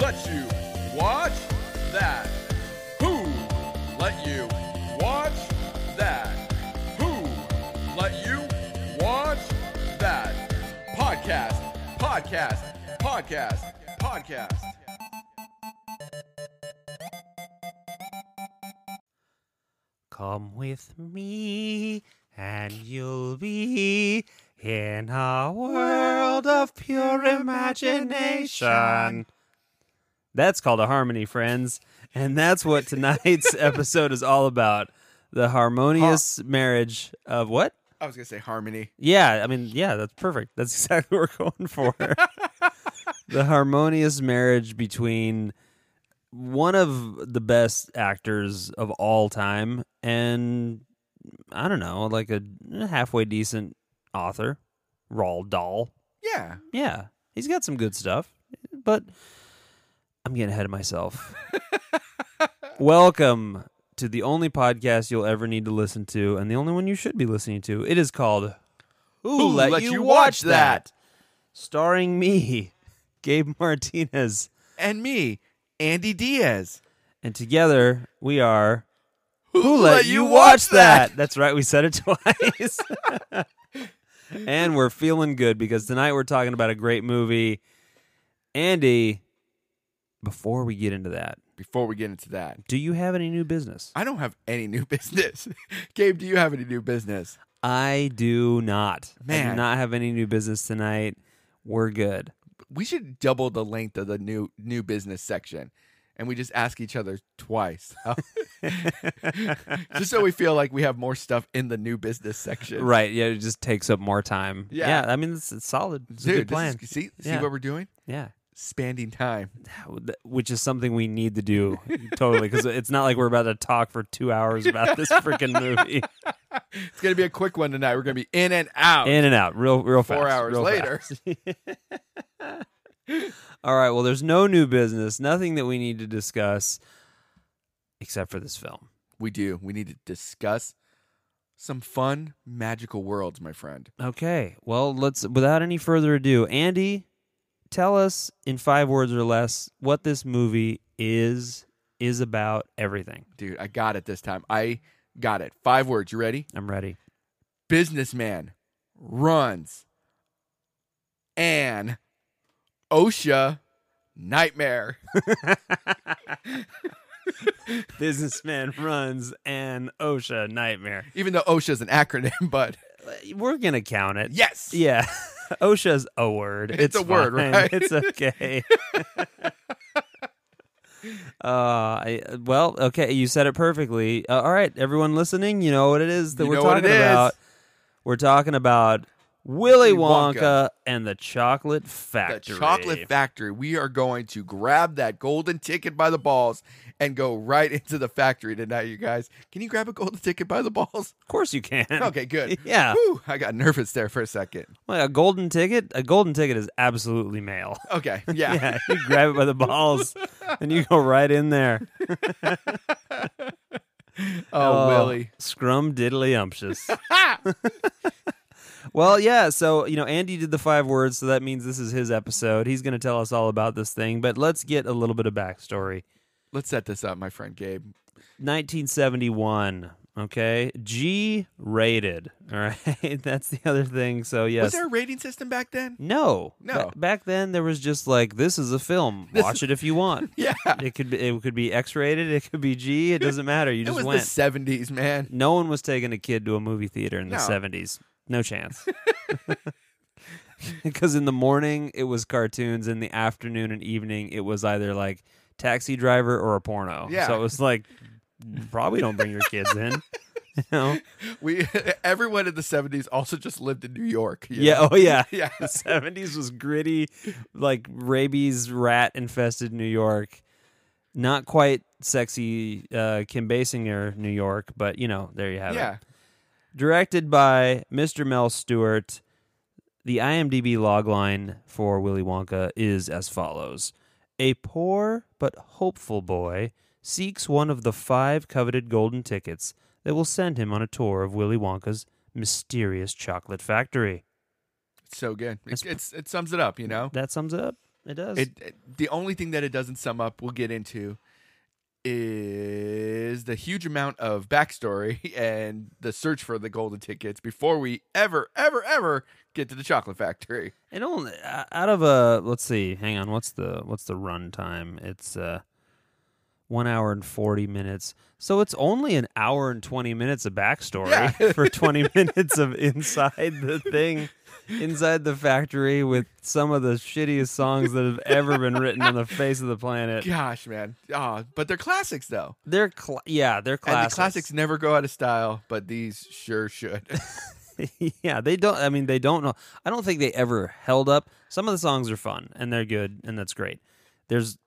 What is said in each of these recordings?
let you watch that? Who let you watch that? Who let you watch that? Podcast, podcast, podcast, podcast. Come with me, and you'll be in a world of pure imagination. That's called a harmony, friends. And that's what tonight's episode is all about the harmonious marriage of what? I was gonna say harmony. Yeah, I mean, yeah, that's perfect. That's exactly what we're going for. the harmonious marriage between one of the best actors of all time and I don't know, like a halfway decent author, Roald Dahl. Yeah. Yeah, he's got some good stuff, but I'm getting ahead of myself. Welcome to the only podcast you'll ever need to listen to, and the only one you should be listening to. It is called Who, Let You Watch That? starring me, Gabe Martinez, And me, Andy Diaz. and together we are. Who That's right, we said it twice. and we're feeling good because tonight we're talking about a great movie. Andy, before we get into that, Before we get into that, do you have any new business? I don't have any new business. Gabe, do you have any new business? I do not. I Man. do not have any new business tonight. We're good. We should double the length of the new new business section, and we just ask each other twice, just so we feel like we have more stuff in the new business section. Right. Yeah, it just takes up more time. Yeah. I mean, it's, it's solid. It's a dude. good plan. this is- see, see Yeah. what we're doing? yeah. Spending time. Which is something we need to do totally because it's not like we're about to talk for two hours about this freaking movie. It's gonna be a quick one tonight. We're gonna be in and out. in and out real real fast Four hours real later. fast. all right well there's no new business nothing that we need to discuss except for this film we do. We need to discuss some fun magical worlds, my friend. okay well let's without any further ado andy tell us in five words or less what this movie is is about everything Dude, I got it this time. I got it. Five words. You ready? i'm ready businessman runs an OSHA nightmare. businessman runs an osha nightmare Even though OSHA is an acronym, but we're gonna count it yes. Yeah. OSHA's a word. It's It's, a word, fine. right? It's okay. uh, I, well, okay, you said it perfectly. Uh, all right, everyone listening, you know what it is that You we're know what talking it is. about. We're talking about Willy Wonka. Wonka, and the Chocolate The Factory. chocolate factory. We are going to grab that golden ticket by the balls and go right into the factory tonight, you guys. Can you grab a golden ticket by the balls? Of course you can. Okay, good. Yeah. Whew, I got nervous there for a second. Well, a golden ticket? A golden ticket is absolutely male. Okay, yeah. yeah, you grab it by the balls and you go right in there. Oh, Willie. Scrum diddly umptious. well, yeah, so you know, Andy did the five words, so that means this is his episode. He's gonna tell us all about this thing, but let's get a little bit of backstory. Let's set this up, my friend Gabe. Nineteen seventy one. Okay. G rated. All right. That's the other thing. So yes. Was there a rating system back then? no. No. Ba- back then there was just like this is a film. Watch it if you want. Yeah. It could be it could be X rated, it could be G, it doesn't matter. You It just was went. the 70s, man. No one was taking a kid to a movie theater in the No. 70s. No chance. Because in the morning it was cartoons, in the afternoon and evening it was either like Taxi Driver or a porno. Yeah. So it was like "Mm, probably don't bring your kids in. You know? We everyone in the seventies also just lived in New York. you Yeah. know? Oh yeah. yeah. The 70s was gritty, like rabies rat infested New York. Not quite sexy uh, Kim Basinger New York, but you know there you have it. Yeah. directed by Mr. Mel Stewart. The IMDb logline for Willy Wonka is as follows A poor but hopeful boy seeks one of the five coveted golden tickets that will send him on a tour of Willy Wonka's mysterious chocolate factory. It's so good. It, That's- it's it sums it up, you know? That sums it up. It does. It, it- the only thing that it doesn't sum up, we'll get into, is the huge amount of backstory and the search for the golden tickets before we ever, ever, ever get to the chocolate factory. It only uh, out of a let's see, hang on, what's the what's the run time? It's uh one hour and forty minutes. So it's only an hour and twenty minutes of backstory Yeah. for twenty minutes of inside the thing, inside the factory with some of the shittiest songs that have ever been written on the face of the planet. Gosh, man. Ah, but they're classics though, They're cla yeah, they're and the classics never go out of style, but these sure should. yeah, they don't. I mean, they don't know. I don't think they ever held up. Some of the songs are fun and they're good and that's great. There's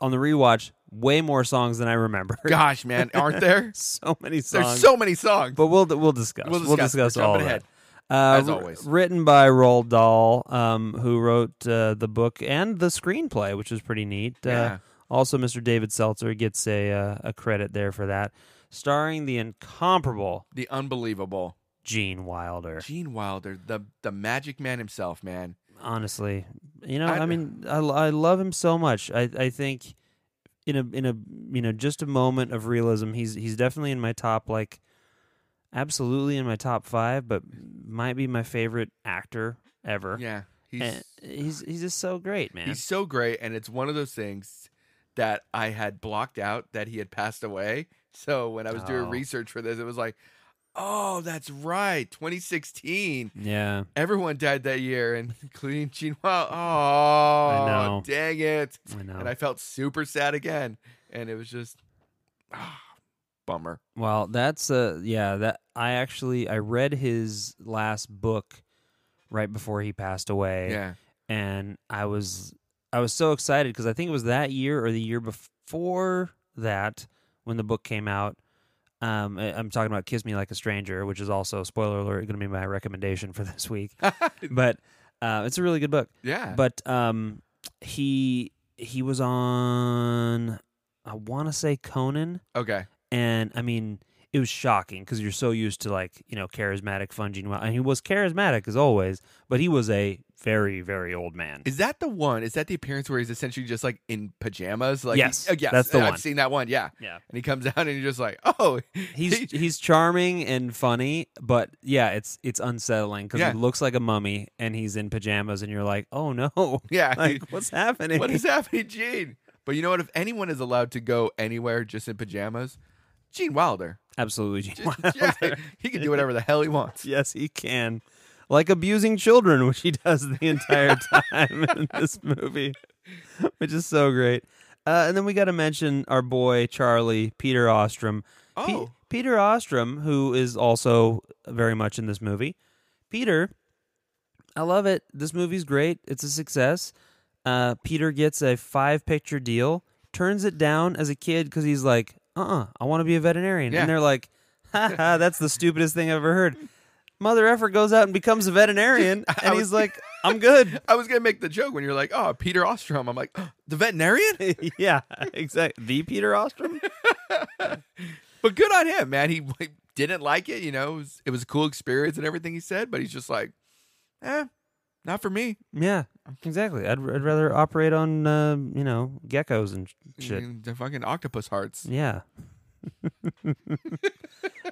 on the rewatch way more songs than I remember. Gosh, man, aren't there? so many There's songs. so many songs. but we'll we'll discuss. We'll We'll discuss. discuss, We're all jumping of ahead. that. Uh, As wr- always. written by Roald Dahl, um, who wrote uh, the book and the screenplay, which was pretty neat. Yeah. Uh, also, Mr. David Seltzer gets a uh, a credit there for that, starring the incomparable the unbelievable Gene Wilder. Gene Wilder, the the magic man himself, man. honestly you know I- i, mean I, I love him so much i i think in a in a you know just a moment of realism he's he's definitely in my top like absolutely in my top 5 but might be my favorite actor ever Yeah, he's And he's he's just so great man He's so great, and it's one of those things that I had blocked out that he had passed away. So when I was doing Oh. research for this, it was like, oh, that's right, 2016. yeah Everyone died that year, and including Gene Wilder. Oh, know. dang it! i know And I felt super sad again, and it was just ah, bummer. Well, that's uh yeah, that I actually I read his last book right before he passed away Yeah, and I was I was so excited because I think it was that year or the year before that when the book came out. Um, I, I'm talking about "Kiss Me Like a Stranger," which is also spoiler alert going to be my recommendation for this week. but uh, it's a really good book. yeah. But um, he he was on I want to say Conan, okay, and I mean it was shocking because you're so used to like you know charismatic fun Gene Wil- and he was charismatic as always, but he was a very very old man. is that the one? Is that the appearance where he's essentially just like in pajamas? Like Yes, uh, yes, that's the I've one. seen that one. Yeah, Yeah, and he comes out and you're just like, oh, he's he's charming and funny, but yeah, it's it's unsettling because Yeah. he looks like a mummy and he's in pajamas, and you're like, oh no, yeah. like what's happening? what is happening, Gene? But you know what? If anyone is allowed to go anywhere just in pajamas, Gene Wilder. Absolutely, Gene Just- Wilder. yeah, he can do whatever the hell he wants. yes, he can, like abusing children, which he does the entire time in this movie, which is so great. Uh, and then we got to mention our boy Charlie Peter Ostrom. Pe- Oh, Peter Ostrom, who is also very much in this movie. Peter, I love it. This movie's great. It's a success. Uh, Peter gets a five picture deal, turns it down as a kid because he's like, uh uh I want to be a veterinarian. Yeah. And they're like, ha ha, that's the stupidest thing I've ever heard. Mother effer goes out and becomes a veterinarian, I and was- he's like, I'm good. I was gonna make the joke when you're like, "Oh, Peter Ostrom." I'm like, "Oh, "The veterinarian," yeah, exactly. The Peter Ostrom? but good on him, man. He like, didn't like it. You know, it was, it was a cool experience and everything he said, but he's just like, "Eh, not for me." Yeah, exactly. I'd, I'd rather operate on, uh, you know, geckos and sh- shit. Mm, The fucking octopus hearts. Yeah.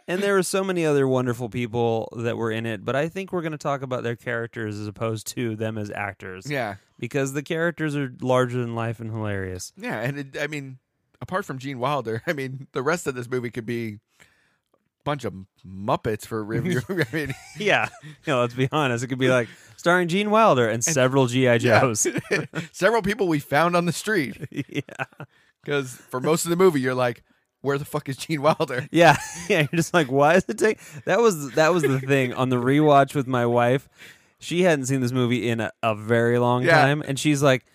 and there were so many other wonderful people that were in it, but I think we're going to talk about their characters as opposed to them as actors Yeah, because the characters are larger than life and hilarious. yeah. And it, I mean, apart from Gene Wilder, I mean, the rest of this movie could be a bunch of Muppets for review. I mean, Yeah. You know, let's be honest. It could be like starring Gene Wilder and several G.I. Yeah. Joes. several people we found on the street yeah. because for most of the movie you're like where the fuck is gene wilder Yeah, yeah. You're just like, why is it take? That was that was the thing on the rewatch with my wife. She hadn't seen this movie in a, a very long Yeah. time, and she's like,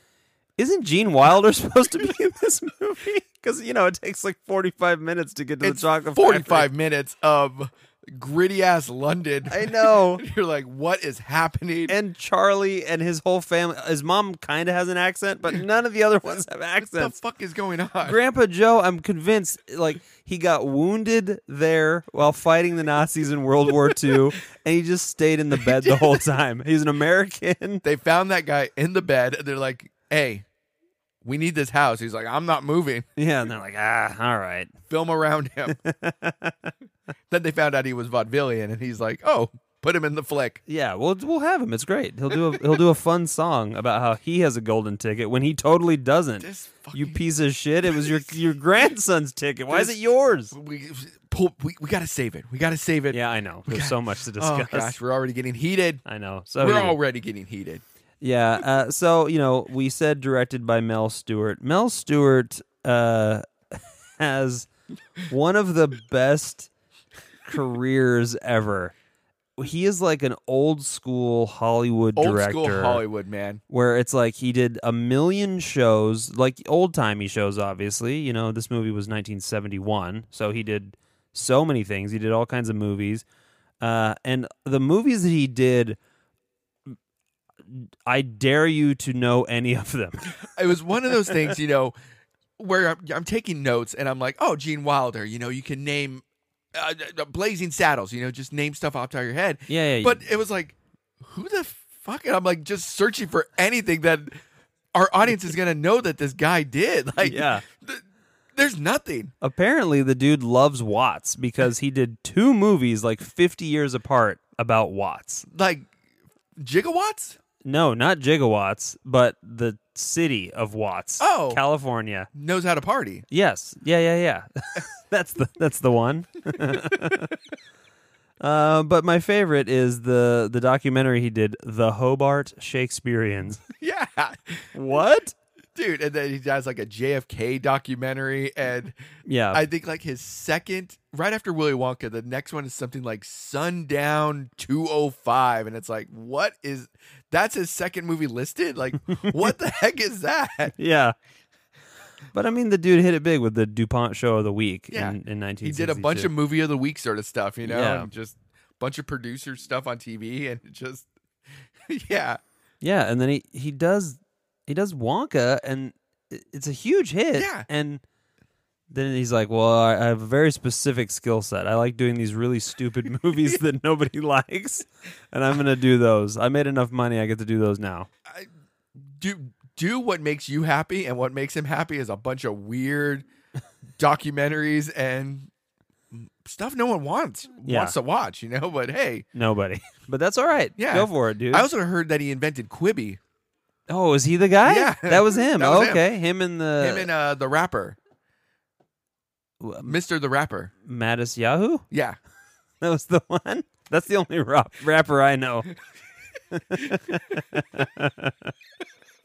"Isn't Gene Wilder supposed to be in this movie? Because you know it takes like 45 minutes to get to it's the chocolate 45 factory." minutes of gritty ass london I know. you're like what is happening And Charlie and his whole family. His mom kind of has an accent, but none of the other ones have what the accents. fuck is going on Grandpa Joe, I'm convinced, like he got wounded there while fighting the Nazis in World War II, and he just stayed in the bed the whole time. He's an American. they found that guy in the bed and they're like hey, we need this house. He's like, I'm not moving. Yeah, and they're like, ah, all right. Film around him. then they found out he was vaudevillian, and he's like, oh, put him in the flick. yeah, we'll we'll have him. It's great. He'll do a he'll do a fun song about how he has a golden ticket when he totally doesn't. This fucking you piece of shit! It was your your grandson's ticket. Why is This- it yours? we, pull, we we gotta save it. We gotta save it. Yeah, I know. There's God. so much to oh discuss. gosh, we're already getting heated. I know. So we're anyway. already getting heated. yeah. Uh, so you know, we said directed by Mel Stewart. Mel Stewart uh, has one of the best careers ever. He is like an old school Hollywood Old director. school Hollywood man. where it's like he did a million shows, like old timey shows, obviously. You know, this movie was 1971, so he did so many things. He did all kinds of movies. Uh, and the movies that he did, I dare you to know any of them. It was one of those things, you know, where I'm, I'm taking notes and I'm like, oh, Gene Wilder. You know, you can name uh, uh, Blazing Saddles. You know, just name stuff off the top of your head. yeah, yeah. But it was like, who the fuck? And I'm like, just searching for anything that our audience is gonna know that this guy did. Like, yeah. th- there's nothing. Apparently, the dude loves Watts because he did two movies like 50 years apart about Watts. Like, gigawatts. No, not gigawatts, but the city of Watts, Oh. California. Knows how to party. Yes. Yeah. Yeah. Yeah. that's the that's the one. uh, but my favorite is the the documentary he did, The Hobart Shakespeareans. Yeah. What? dude and then he does like a jfk documentary and Yeah. i think like his second right after willy wonka the next one is something like sundown 205 and it's like what is that's his second movie listed like what the heck is that yeah. But I mean, the dude hit it big with the Dupont Show of the Week Yeah. in, in 1962. he did a bunch of movie of the week sort of stuff you know Yeah. and just bunch of producer stuff on tv and it just yeah yeah, and then he he does he does Wonka, and i- it's a huge hit. Yeah. and. Then he's like, "Well, I I have a very specific skill set. I like doing these really stupid movies that nobody likes, and I'm gonna do those. I made enough money; I get to do those now." do do what makes you happy and what makes him happy is a bunch of weird documentaries and stuff no one wants Yeah. wants to watch you know but hey Nobody, but that's all right. Yeah. go for it, dude. i also heard that he invented quibi oh, is he the guy? Yeah. that was him. That was him. okay, him. and the him and uh the rapper w- um, mr the rapper Mattis Yahoo. yeah That was the one. That's the only rap- rapper I know.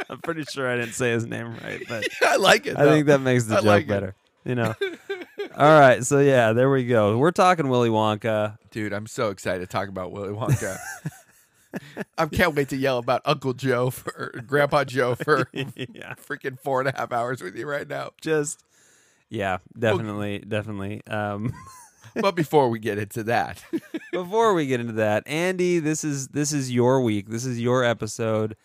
I'm pretty sure I didn't say his name right, but i like it I though. think that makes the I joke like it. better. You know. All right, so yeah, there we go. We're talking Willy Wonka. dude i'm so excited to talk about willy wonka i can't wait to yell about uncle joe for grandpa joe for yeah, freaking four and a half hours with you right now just yeah, definitely, definitely. Um, but before we get into that before we get into that, Andy, this is this is your week. This is your episode.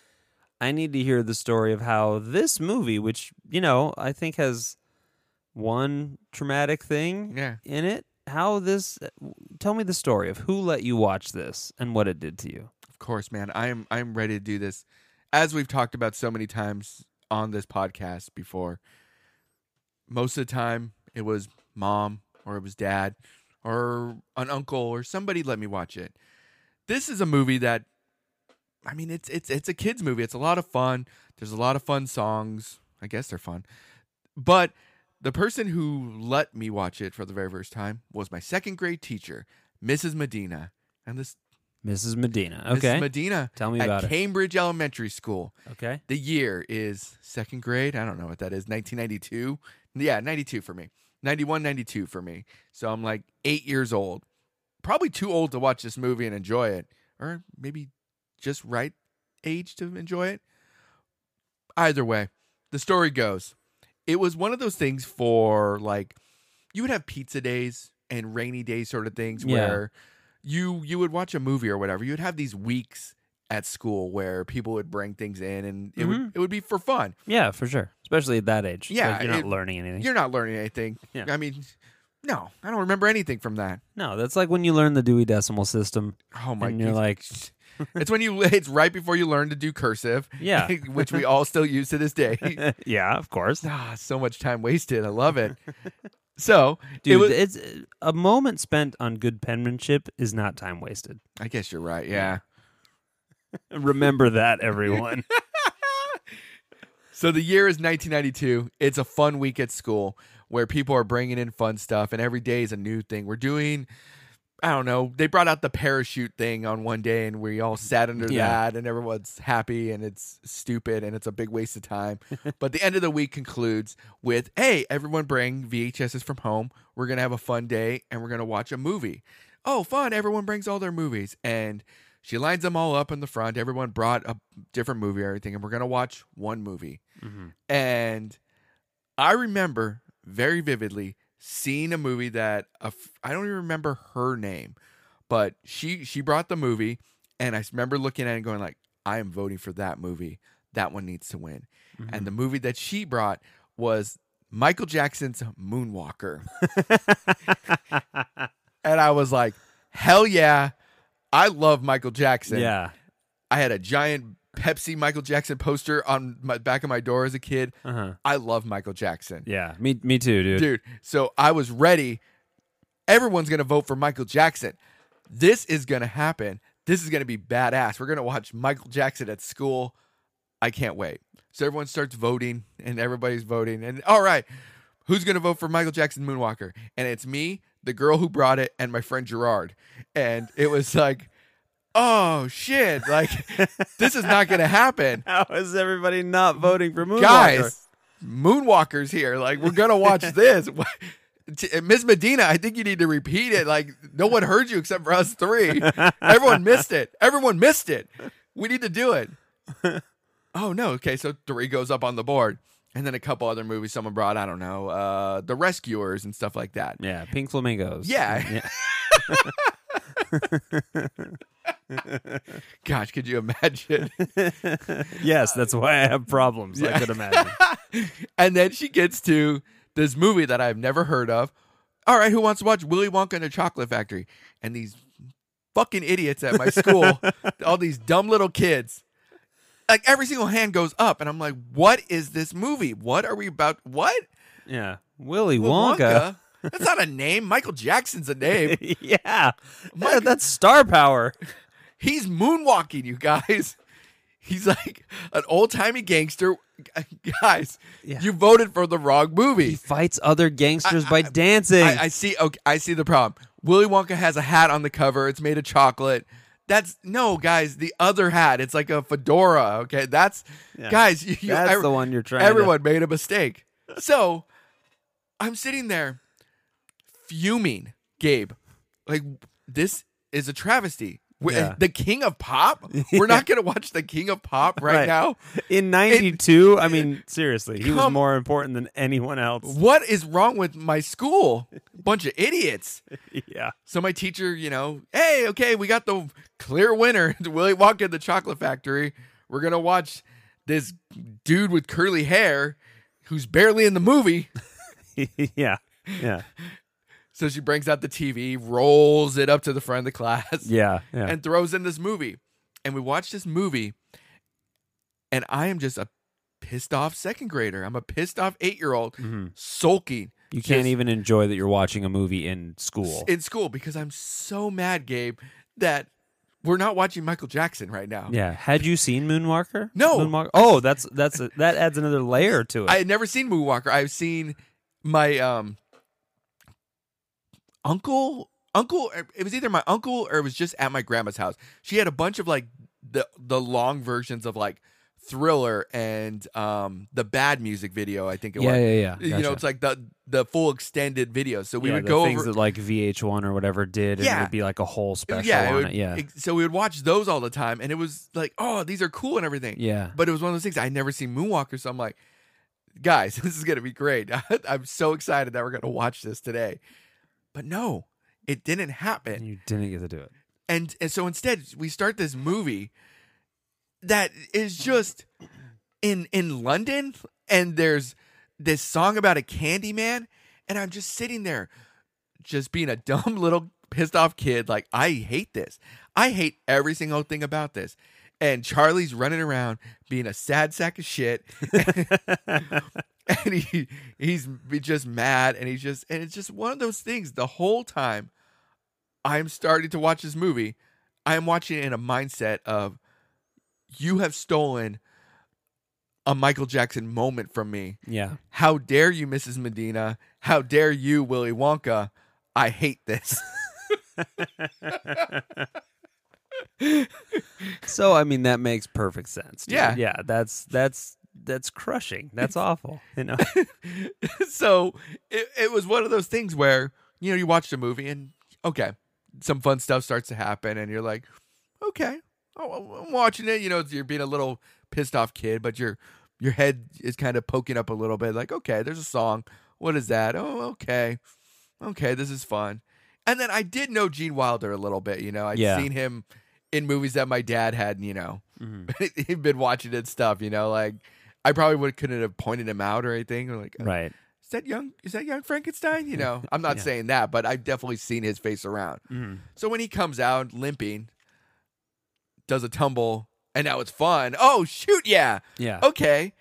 I need to hear the story of how this movie, which you know, I think has one traumatic thing yeah in it, how this. Tell me the story of who let you watch this and what it did to you. Of course, man. I am I am ready to do this. As we've talked about so many times on this podcast before, most of the time it was mom or it was dad or an uncle or somebody let me watch it. This is a movie that I mean it's it's it's a kids movie. It's a lot of fun. There's a lot of fun songs. I guess they're fun. But the person who let me watch it for the very first time was my second grade teacher, Mrs. Medina. And this Mrs. Medina. Mrs. Okay. Medina Tell me about at it. Cambridge Elementary School. Okay. The year is second grade. I don't know what that is. 1992. Yeah, 92 for me. 91, 92 for me. So I'm like eight years old. Probably too old to watch this movie and enjoy it, or maybe just right age to enjoy it. Either way, the story goes it was one of those things for like you would have pizza days and rainy days sort of things Yeah. where you you would watch a movie or whatever. You'd have these weeks at school where people would bring things in and it would Mhm. it would be for fun. Yeah, for sure. Especially at that age. Yeah, Like, you're not it- learning anything. You're not learning anything. Yeah. I mean, no, I don't remember anything from that. No, that's like when you learn the Dewey Decimal System. Oh my And you're goodness. it's when you it's right before you learn to do cursive, Yeah. which we all still use to this day. yeah, of course. ah, so much time wasted. I love it. So Dude, it was, it's uh, a moment spent on good penmanship is not time wasted. I guess you're right. Yeah. Remember that, everyone. So the year is 1992. It's a fun week at school where people are bringing in fun stuff, and every day is a new thing. We're doing, I don't know, they brought out the parachute thing on one day, and we all sat under Yeah. that, and everyone's happy, and it's stupid, and it's a big waste of time. but the end of the week concludes with, hey, everyone bring VHSs from home. We're going to have a fun day, and we're going to watch a movie. Oh, fun. Everyone brings all their movies. And she lines them all up in the front. Everyone brought a different movie or everything, and we're going to watch one movie. Mhm. And I remember very vividly seeing a movie that a f- I don't even remember her name, but she she brought the movie, and I s- remember looking at it and going like, I am voting for that movie. That one needs to win. Mm-hmm. And the movie that she brought was Michael Jackson's Moonwalker. and I was like, hell yeah. I love Michael Jackson. yeah. I had a giant Pepsi Michael Jackson poster on my back of my door as a kid. Uh-huh. I love Michael Jackson. Yeah. Me me too, dude. Dude, so I was ready. Everyone's going to vote for Michael Jackson. This is going to happen. This is going to be badass. We're going to watch Michael Jackson at school. I can't wait. So everyone starts voting and everybody's voting. And all right, who's going to vote for Michael Jackson Moonwalker? And it's me, the girl who brought it, and my friend Gerard. And it was like, oh shit, like this is not going to happen. How is everybody not voting for Moonwalker? guys, Moonwalker's here. Like, we're gonna watch this. What- T- uh, Miss Medina, I think you need to repeat it. Like, no one heard you except for us three. Everyone missed it. Everyone missed it. We need to do it. Oh no. Okay, so three goes up on the board, and then a couple other movies someone brought. I don't know, uh, The Rescuers and stuff like that. Yeah, pink flamingos. Yeah. Gosh, could you imagine? yes, that's why I have problems. I could imagine. and then she gets to this movie that I've never heard of. All right, who wants to watch Willy Wonka and the Chocolate Factory? And these fucking idiots at my school, all these dumb little kids, like every single hand goes up, and I'm like, what is this movie? What are we about? What Yeah, Willy Willy Wonka. That's not a name. Michael Jackson's a name. yeah, Yeah, that's star power. He's moonwalking, you guys. He's like an old timey gangster. Guys, Yeah. you voted for the wrong movie. He fights other gangsters by dancing. I, I see. Okay, I see the problem. Willy Wonka has a hat on the cover. It's made of chocolate. That's no, guys. The other hat. It's like a fedora. Okay, that's Yeah. guys. You, you- that's every- the one you're trying. to- everyone made a mistake. So I'm sitting there fuming, Gabe. Like this is a travesty. We- Yeah. The King of Pop. We're not gonna watch the King of Pop Right. right. now. in '92. I mean, seriously, he was Come- more important than anyone else. What is wrong with my school? Bunch of idiots. Yeah, So my teacher, you know, hey, okay, we got the clear winner, Willy Wonka and the Chocolate Factory. We're gonna watch this dude with curly hair who's barely in the movie. yeah, yeah, So she brings out the TV, rolls it up to the front of the class, yeah, yeah. and throws in this movie. And we watch this movie, and I am just a pissed off second grader. I'm a pissed off eight year old Mhm. sulking You can't just- even enjoy that you're watching a movie in school. in school because I'm so mad, Gabe, that we're not watching Michael Jackson right now. yeah. Had you seen Moonwalker? No. Moonwalker? Oh, that's that's a, that adds another layer to it. I had never seen Moonwalker. I've seen my um uncle uncle er, it was either my uncle or it was just at my grandma's house. She had a bunch of like the the long versions of like Thriller and um the bad music video, I think it yeah, was. yeah, yeah. You know, Gotcha. it's like the the full extended video. So we Yeah, would the go things over that like VH1 or whatever did, and it Yeah. would be like a whole special yeah, it on would- it. Yeah, ex- so we would watch those all the time and it was like, "Oh, these are cool and everything." yeah. But it was one of those things I never seen Moonwalker, so I'm like, guys, this is gonna be great. I'm so excited that we're gonna watch this today. But no, it didn't happen. you didn't get to do it. And and so instead we start this movie that is just in in London, and there's this song about a candy man, and I'm just sitting there just being a dumb little pissed off kid like i hate this i hate every single thing about this and charlie's running around being a sad sack of shit and he he's just mad and he's just and it's just one of those things the whole time i'm starting to watch this movie i am watching it in a mindset of you have stolen a michael jackson moment from me yeah. how dare you mrs medina how dare you willy wonka i hate this so I mean that makes perfect sense. dude. Yeah. Yeah. That's that's that's crushing. That's awful. You know. so it, it was one of those things where you know you watch the movie and okay some fun stuff starts to happen and you're like okay oh, i'm watching it you know you're being a little pissed off kid but your your head is kind of poking up a little bit like okay there's a song what is that oh okay okay this is fun and then i did know gene wilder a little bit you know i'd Yeah. seen him in movies that my dad had you know Mhm. he'd been watching it and stuff you know like i probably would couldn't have pointed him out or anything or like Right. is that young is that young frankenstein you know i'm not Yeah. saying that but i've definitely seen his face around Mhm. so when he comes out limping does a tumble and now it's fun oh shoot yeah Yeah. okay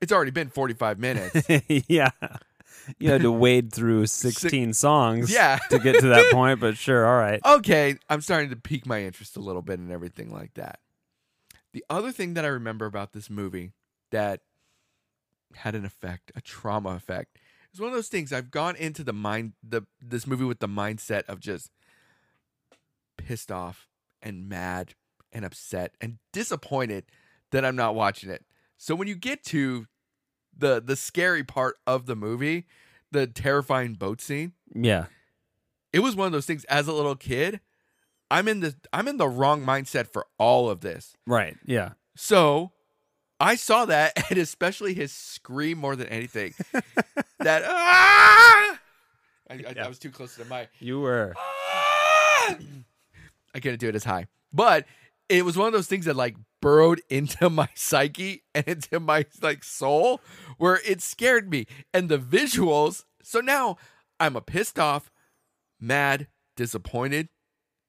it's already been 45 minutes yeah. You had to wade through 16 songs yeah Oh. to get to that point, but sure, all right. okay i'm starting to pique my interest a little bit and everything like that the other thing that i remember about this movie that had an effect a trauma effect it's one of those things i've gone into the mind the this movie with the mindset of just pissed off and mad and upset and disappointed that i'm not watching it so when you get to the the scary part of the movie the terrifying boat scene Yeah. it was one of those things as a little kid i'm in the i'm in the wrong mindset for all of this Right. Yeah. so i saw that and especially his scream more than anything that ah! I, I, I was too close to the mic You were. "Ah!" i couldn't do it as high but it was one of those things that like burrowed into my psyche and into my like soul where it scared me and the visuals so now i'm a pissed off mad disappointed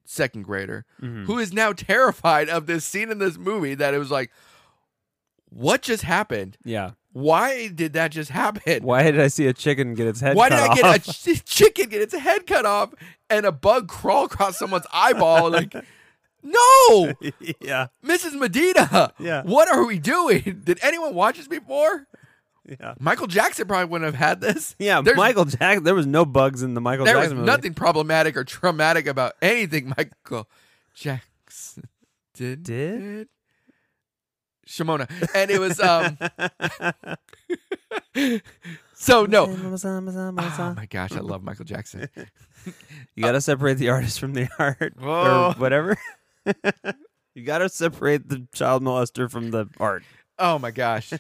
second grader Mhm. who is now terrified of this scene in this movie that it was like what just happened Yeah. why did that just happen Why did I see a chicken get its head why did cut i get off? a ch- chicken get its head cut off and a bug crawl across someone's eyeball like no yeah. mrs medina Yeah. what are we doing did anyone watch this before Yeah. michael jackson probably wouldn't have had this Yeah, There's- Michael Jackson. There was no bugs in the Michael there was Jackson movie. nothing problematic or traumatic about anything michael jackson did Did? Shimona. And it was um so no. Oh my gosh, I love Michael Jackson. you gotta separate the artist from the art, Whoa. or whatever. you gotta separate the child molester from the art. Oh my gosh.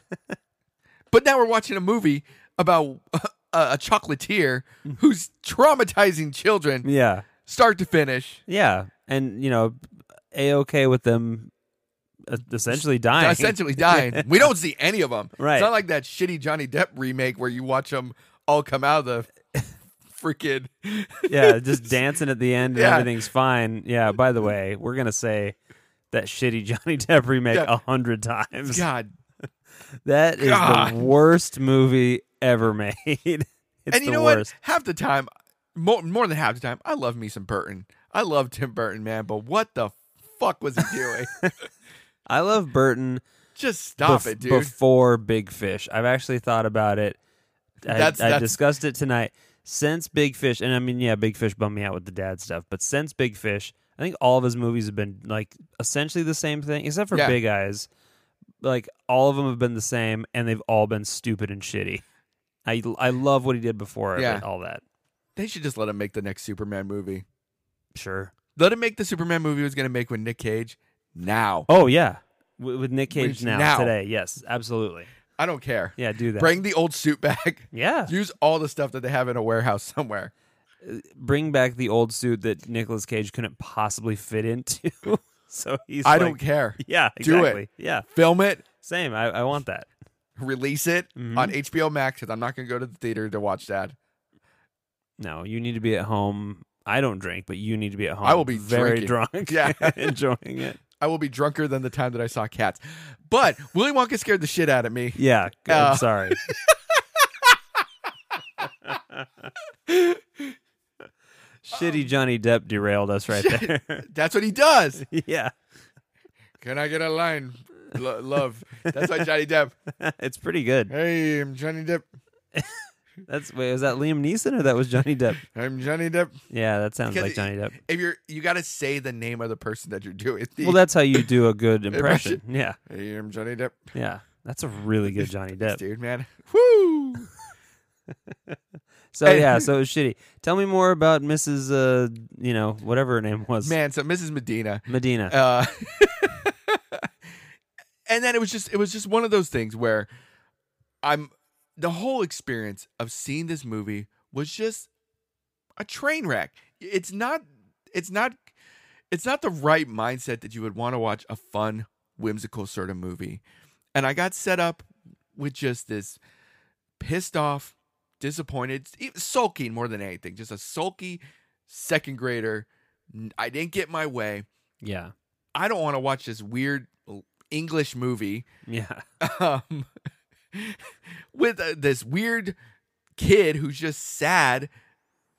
But now we're watching a movie about a, a chocolatier who's traumatizing children Mm. Yeah, start to finish. yeah, and you know, a okay with them uh, essentially dying. Essentially dying. We don't see any of them. Right. It's not like that shitty Johnny Depp remake where you watch them all come out of the freaking. yeah, just dancing at the end and Yeah. everything's fine. Yeah. By the way, we're gonna say that shitty Johnny Depp remake a Yeah. hundred times. God. That is God. the worst movie ever made. it's and you the know worst. what? Half the time, more, more than half the time, I love me some Burton. I love Tim Burton, man. But what the fuck was he doing? I love Burton. Just stop bef- it, dude. Before Big Fish, I've actually thought about it. I, That's- I that's- discussed it tonight. Since Big Fish, and I mean, yeah, Big Fish bummed me out with the dad stuff, but since Big Fish, I think all of his movies have been like essentially the same thing, except for Yeah. Big Eyes. Like all of them have been the same, and they've all been stupid and shitty. I I love what he did before. Yeah. Yeah. all that. they should just let him make the next Superman movie. Sure. Let him make the Superman movie he was going to make with Nick Cage now. Oh yeah, with, with Nick Cage Which now, now. today. Yes, absolutely. I don't care. Yeah, do that. Bring the old suit back. yeah, Use all the stuff that they have in a warehouse somewhere. bring back the old suit that Nicolas Cage couldn't possibly fit into. so he's I like, don't care. Yeah, Do it. exactly. Yeah, Film it, same. I, I want that. release it Mhm. on HBO Max because I'm not going to go to the theater to watch that. No, you need to be at home. I don't drink, but you need to be at home. I will be very drinking. drunk. Yeah. enjoying it. I will be drunker than the time that I saw cats. But Willy Wonka scared the shit out of me. Yeah, I'm Uh. sorry. Shitty Johnny Depp derailed us right there. That's what he does. yeah, Can I get a line? Lo- love. That's why Johnny Depp. it's pretty good. Hey, I'm Johnny Depp. That's wait, was that Liam Neeson or that was Johnny Depp? I'm Johnny Depp. Yeah, that sounds Because like Johnny Depp. If you're, you got to say the name of the person that you're doing. the- Well, that's how you do a good impression. Yeah, hey, I'm Johnny Depp. yeah, that's a really good Johnny Depp. Dude, man. Woo! So Hey. yeah, so it was shitty. Tell me more about Mrs. Uh, you know, whatever her name was, Man, so Mrs. Medina. Medina. Uh, and then it was just it was just one of those things where I'm the whole experience of seeing this movie was just a train wreck. It's not it's not it's not the right mindset that you would want to watch a fun, whimsical sort of movie. And I got set up with just this pissed off, disappointed, e- sulking more than anything, just a sulky second grader. N- I didn't get my way. yeah, I don't want to watch this weird English movie yeah, um, with uh, this weird kid who's just sad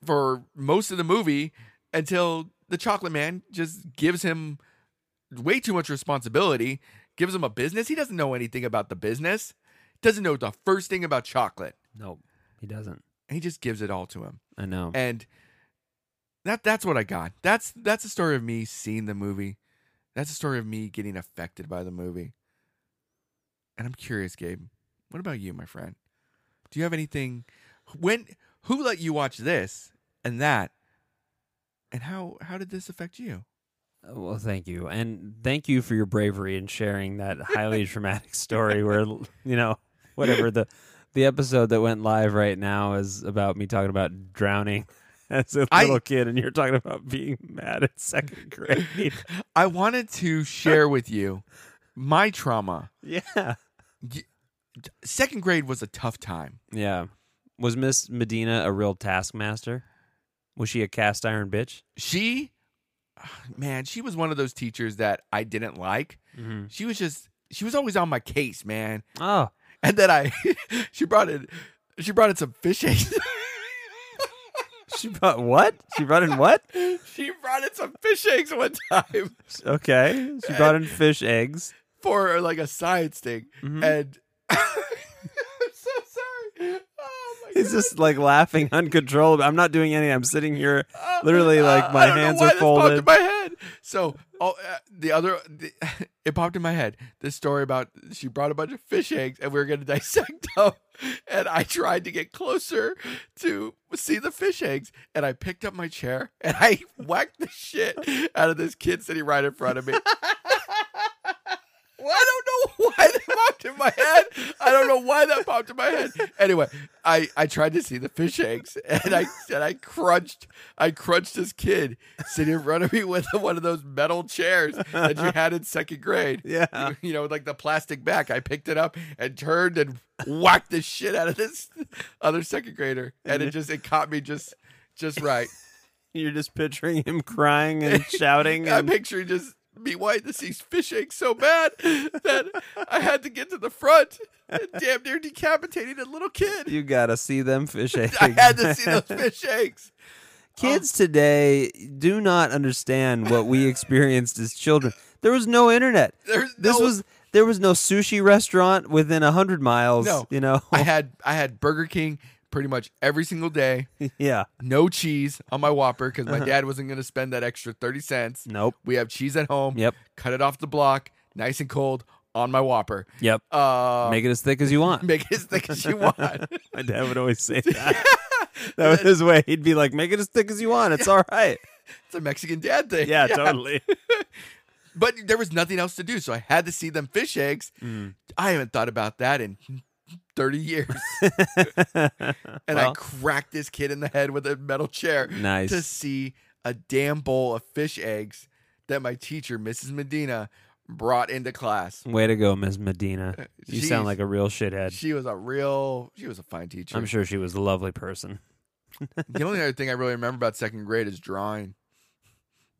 for most of the movie until the chocolate man just gives him way too much responsibility, gives him a business. He doesn't know anything about the business, doesn't know the first thing about chocolate. nope, he doesn't. And he just gives it all to him I know. and that that's what I got. That's that's a story of me seeing the movie. That's a story of me getting affected by the movie. And I'm curious, Gabe. What about you, my friend? Do you have anything? When who let you watch this and that? And how how did this affect you? Uh, Well, thank you, and thank you for your bravery in sharing that highly dramatic story. Where you know, whatever the the episode that went live right now is about me talking about drowning as a I- little kid, and you're talking about being mad at second grade. I wanted to share with you my trauma. yeah, Second grade was a tough time. yeah. Was Miss Medina a real taskmaster? Was she a cast iron bitch? She ah, man, she was one of those teachers that I didn't like. Mm-hmm. she was just she was always on my case, man. Oh, And then I she brought in she brought in some fish eggs. She brought what? She brought in what? she brought in some fish eggs one time Okay. She brought in fish eggs. for like a science thing. Mhm. And I'm so sorry. Oh my He's God. just like laughing uncontrollably. I'm not doing anything. I'm sitting here. Oh, literally, like, uh, my I don't know hands why are this popped folded. in my head. So oh, uh, the other the, it popped in my head this story about she brought a bunch of fish eggs and we were going to dissect them and I tried to get closer to see the fish eggs and I picked up my chair and I whacked the shit out of this kid sitting right in front of me. Well, I don't know why that popped in my head. I don't know why that popped in my head. Anyway, I, I tried to see the fish eggs, and I and I crunched I crunched this kid sitting in front of me with one of those metal chairs that you had in second grade. Yeah. You know, with like the plastic back. I picked it up and turned and whacked the shit out of this other second grader, and it just it caught me just just right. You're just picturing him crying and shouting. I'm And, picturing just me wanting to see fish eggs so bad that I had to get to the front and damn near decapitating a little kid. you got to see them fish eggs. I had to see those fish eggs. Kids today do not understand what we experienced as children. There was no internet. There's This no- was. There was no sushi restaurant within a hundred miles. No. You know. I had I had Burger King pretty much every single day. yeah. No cheese on my Whopper because my Uh-huh. dad wasn't going to spend that extra thirty cents. Nope. We have cheese at home. Yep. Cut it off the block, nice and cold on my Whopper. Yep. Uh, Make it as thick as you want. make it as thick as you want. Um, My dad would always say that. that was his way. He'd be like, "Make it as thick as you want. It's all right." It's a Mexican dad thing. Yeah, totally. But there was nothing else to do, so I had to see them fish eggs. Mm. I haven't thought about that in 30 years. and I Well. cracked this kid in the head with a metal chair Nice. to see a damn bowl of fish eggs that my teacher, Mrs. Medina, brought into class. Way to go, Ms. Medina. You Jeez. sound like a real shithead. She was a real, she was a fine teacher. I'm sure she was a lovely person. the only other thing I really remember about second grade is drawing.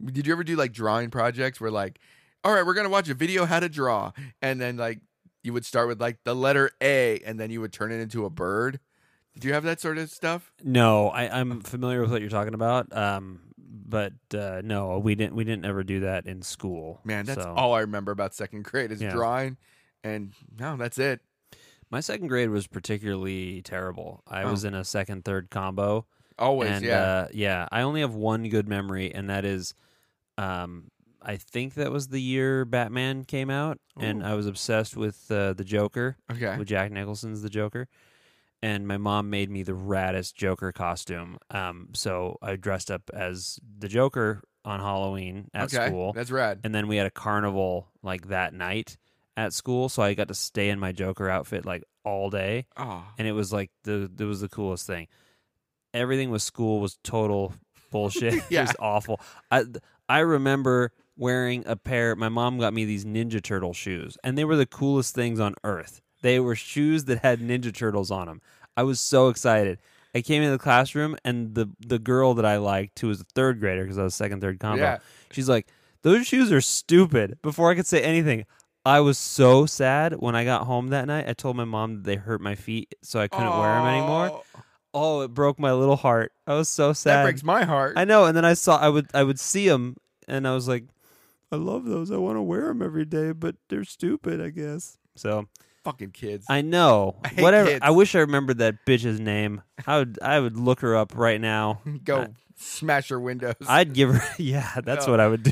Did you ever do like drawing projects where like, all right, we're gonna watch a video how to draw, and then like you would start with like the letter A, and then you would turn it into a bird. Did you have that sort of stuff? No, I, I'm familiar with what you're talking about. Um, but uh, no, we didn't. We didn't ever do that in school. Man, that's so. all I remember about second grade is Yeah. drawing, and no, that's it. My second grade was particularly terrible. I Oh. was in a second third combo. Always, and yeah. uh, yeah, I only have one good memory, and that is, um, I think that was the year Batman came out, and Ooh. I was obsessed with uh, the Joker, okay, with Jack Nicholson's the Joker. And my mom made me the raddest Joker costume. Um, so I dressed up as the Joker on Halloween at okay, school, that's rad. and then we had a carnival like that night at school. So I got to stay in my Joker outfit like all day Oh, and it was like the it was the coolest thing. Everything with school was total bullshit. Yeah. It was awful. I I remember wearing a pair. My mom got me these Ninja Turtle shoes, and they were the coolest things on earth. They were shoes that had Ninja Turtles on them. I was so excited. I came into the classroom, and the the girl that I liked, who was a third grader, because I was second third combo, yeah. She's like, those shoes are stupid. Before I could say anything, I was so sad when I got home that night. I told my mom that they hurt my feet, so I couldn't 'em wear them anymore. Oh, Oh, it broke my little heart. I was so That sad. breaks my heart. I know. And then I saw, I would, I would see them, and I was like, I love those. I want to wear them every day, but they're stupid, I guess. So Fucking kids. I know. I hate Whatever. kids. I wish I remembered that bitch's name. I would, I would look her up right now. Go I- smash her windows. I'd give her. Yeah, that's No. what I would do.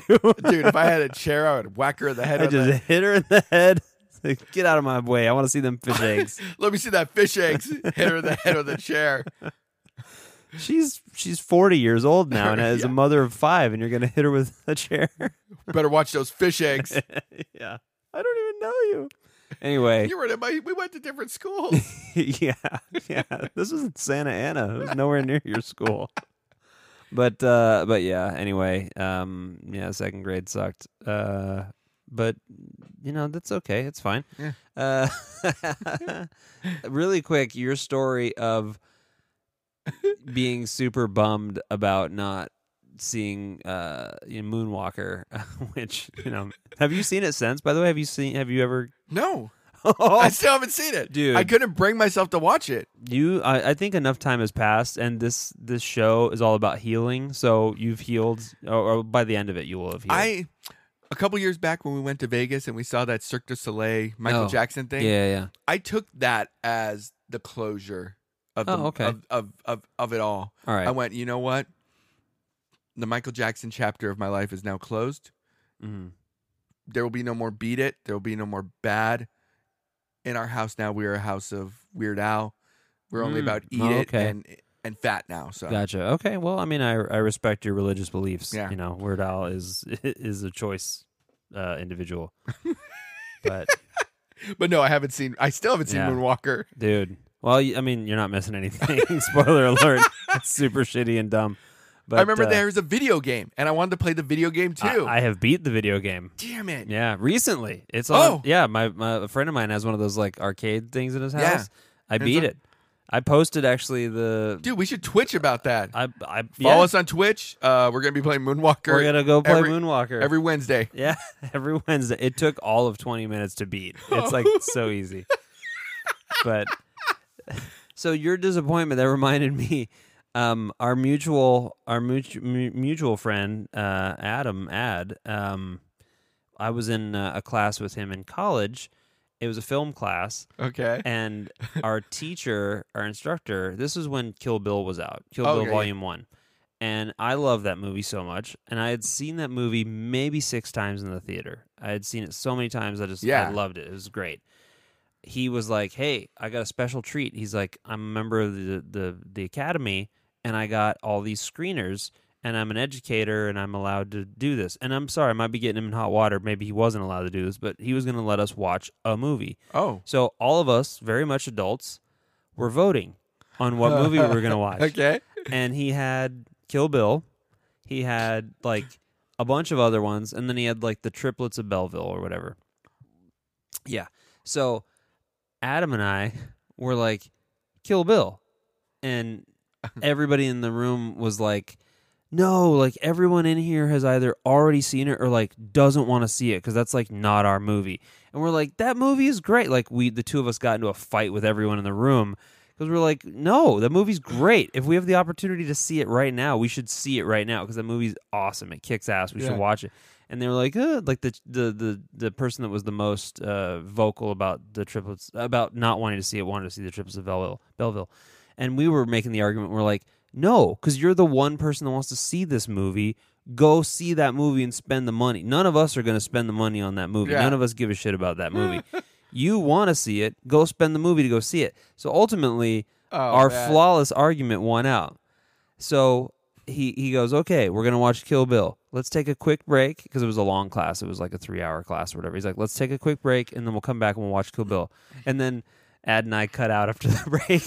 Dude, if I had a chair, I would whack her in the head. I with just hit her in the head. Like, Get out of my way. I want to see them fish eggs. that. Let me see that fish eggs. Hit her in the head with a chair. She's she's 40 years old now and is Yeah. a mother of 5 and you're going to hit her with a chair. Better watch those fish eggs. yeah. I don't even know you. Anyway, You were in my. We went to different schools. yeah. Yeah. This was in Santa Ana. It was nowhere near your school. But uh but yeah, anyway, um yeah, second grade sucked. Uh but you know, that's okay. It's fine. Yeah. Uh really quick, your story of being super bummed about not seeing uh you know, Moonwalker, which, you know, have you seen it since? By the way, have you seen have you ever No, I still haven't seen it, Oh. Dude. I couldn't bring myself to watch it. you I, I think enough time has passed and this this show is all about healing so you've healed or, or by the end of it you will have healed I a couple years back when we went to Vegas and we saw that Cirque du Soleil Michael Oh, Jackson thing. yeah yeah I took that as the closure of the, Oh, okay. of, of of of it all. all right I went, you know what? The Michael Jackson chapter of my life is now closed. Mhm. There will be no more beat it. There will be no more bad. In our house now, we are a house of Weird Al. We're only Mm. about eat Oh, it okay. and and fat now. So gotcha okay well i mean i i respect your religious beliefs Yeah. you know weird al is is a choice uh individual but but no, I haven't seen. I still haven't seen Yeah. Moonwalker. dude well you- i mean you're not missing anything spoiler alert it's super shitty and dumb but I remember uh, there was a video game, and I wanted to play the video game I- too. I have beat the video game Damn it! Yeah, recently. It's on. Oh. Yeah, my, my a friend of mine has one of those like arcade things in his house. Yeah. I And beat it's it. I posted actually the. Dude, we should Twitch about that. I I Follow Uh, yeah, us on Twitch. Uh, we're gonna be playing Moonwalker We're gonna go play every- Moonwalker every Wednesday. Yeah, every Wednesday. It took all of twenty minutes to beat. It's like so easy. But so your disappointment that reminded me. Um, our mutual, our mutual, mutual friend, uh, Adam Ad. Um, I was in uh, a class with him in college. It was a film class, Okay. and our teacher, our instructor, this is when Kill Bill was out, Kill Oh, Bill yeah, yeah. Volume One, and I love that movie so much, and I had seen that movie maybe six times in the theater. I had seen it so many times, I just Yeah. I loved it. It was great. He was like, "Hey, I got a special treat." He's like, "I'm a member of the the, the academy, and I got all these screeners." And I'm an educator, and I'm allowed to do this. And I'm sorry, I might be getting him in hot water. Maybe he wasn't allowed to do this, but he was going to let us watch a movie. Oh. So all of us, very much adults, were voting on what movie we were going to watch. Okay. And he had Kill Bill. He had like a bunch of other ones, and then he had like the triplets of Belleville or whatever. Yeah. So Adam and I were like, Kill Bill. And everybody in the room was like, no, like everyone in here has either already seen it or like doesn't want to see it because that's like not our movie. And we're like, that movie is great. Like we, the two of us got into a fight with everyone in the room because we're like, no, that movie's great. If we have the opportunity to see it right now, we should see it right now because that movie's awesome. It kicks ass. We Yeah. should watch it. And they were like, uh, like the, the the the person that was the most uh, vocal about the triplets about not wanting to see it wanted to see the triplets of Belleville. Belleville, and we were making the argument. We're like, no, because you're the one person that wants to see this movie. Go see that movie and spend the money. None of us are going to spend the money on that movie. Yeah. None of us give a shit about that movie. you want to see it. Go spend the movie to go see it. So ultimately, Oh, our man. flawless argument won out. So he he goes, okay, we're gonna watch Kill Bill. Let's take a quick break because it was a long class. It was like a three hour class or whatever. He's like, let's take a quick break and then we'll come back and we'll watch Kill Bill. And then Ad and I cut out after the break.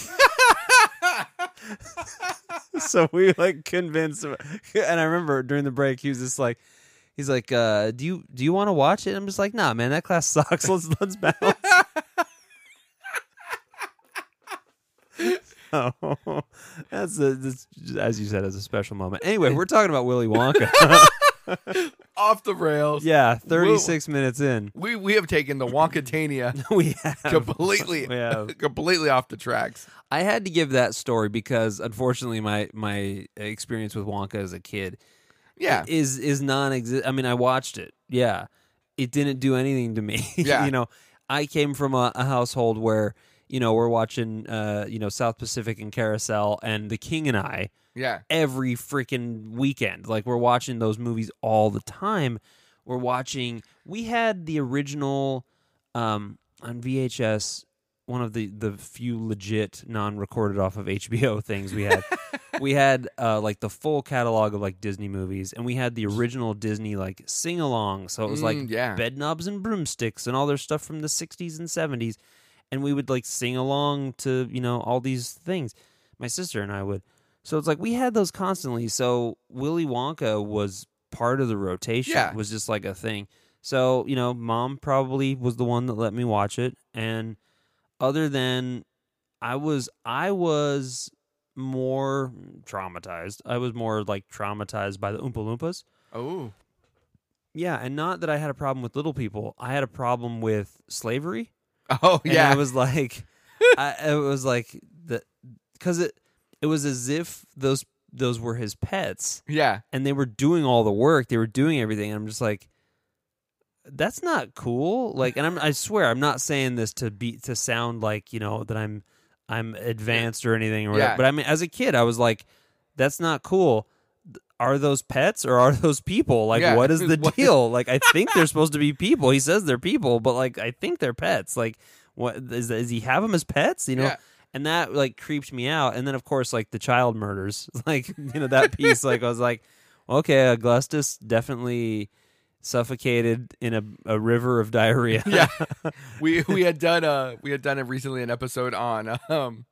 so we like convinced him. And I remember during the break, he was just like. He's like, uh, do you do you want to watch it? I'm just like, nah, man, that class sucks. Let's let's bounce. Oh, that's a, that's as you said, as a special moment. Anyway, we're talking about Willy Wonka. Off the rails. yeah, thirty-six minutes in, We we have taken the Wonkatania we have. completely We have. completely off the tracks. I had to give that story because, unfortunately, my my experience with Wonka as a kid Yeah. is is non-existent. I mean, I watched it. Yeah, it didn't do anything to me. Yeah. you know, I came from a, a household where you know we're watching uh, you know South Pacific and Carousel and The King and I. Yeah. every freaking weekend. Like we're watching those movies all the time. We're watching. We had the original um, on VHS. One of the the few legit non-recorded off of HBO things we had. we had uh, like the full catalog of like Disney movies, and we had the original Disney like sing-along. So it was like Mm, yeah. bed knobs and broomsticks and all their stuff from the 60s and 70s and we would like sing along to you know all these things my sister and i would so it's like we had those constantly so willy wonka was part of the rotation Yeah. was just like a thing so you know mom probably was the one that let me watch it and other than i was i was more traumatized i was more like traumatized by the oompa loompas Oh. yeah, and not that I had a problem with little people. I had a problem with slavery. Oh And yeah. I was like, I, it was like the because it it was as if those those were his pets, yeah. and they were doing all the work. They were doing everything, and I'm just like, that's not cool. Like, and I'm I swear I'm not saying this to be to sound like you know that I'm I'm advanced or anything or whatever. Yeah. But I mean, as a kid, I was like, that's not cool. Th- Are those pets or are those people? Like, Yeah. what is the What- deal? Like, I think they're supposed to be people. He says they're people, but like, I think they're pets. Like, what is does he have them as pets? You know. Yeah. And that like creeped me out. And then of course like the child murders, like you know that piece. like I was like, okay, Augustus definitely suffocated in a, a river of diarrhea. Yeah. we we had done uh we had done a recently an episode on um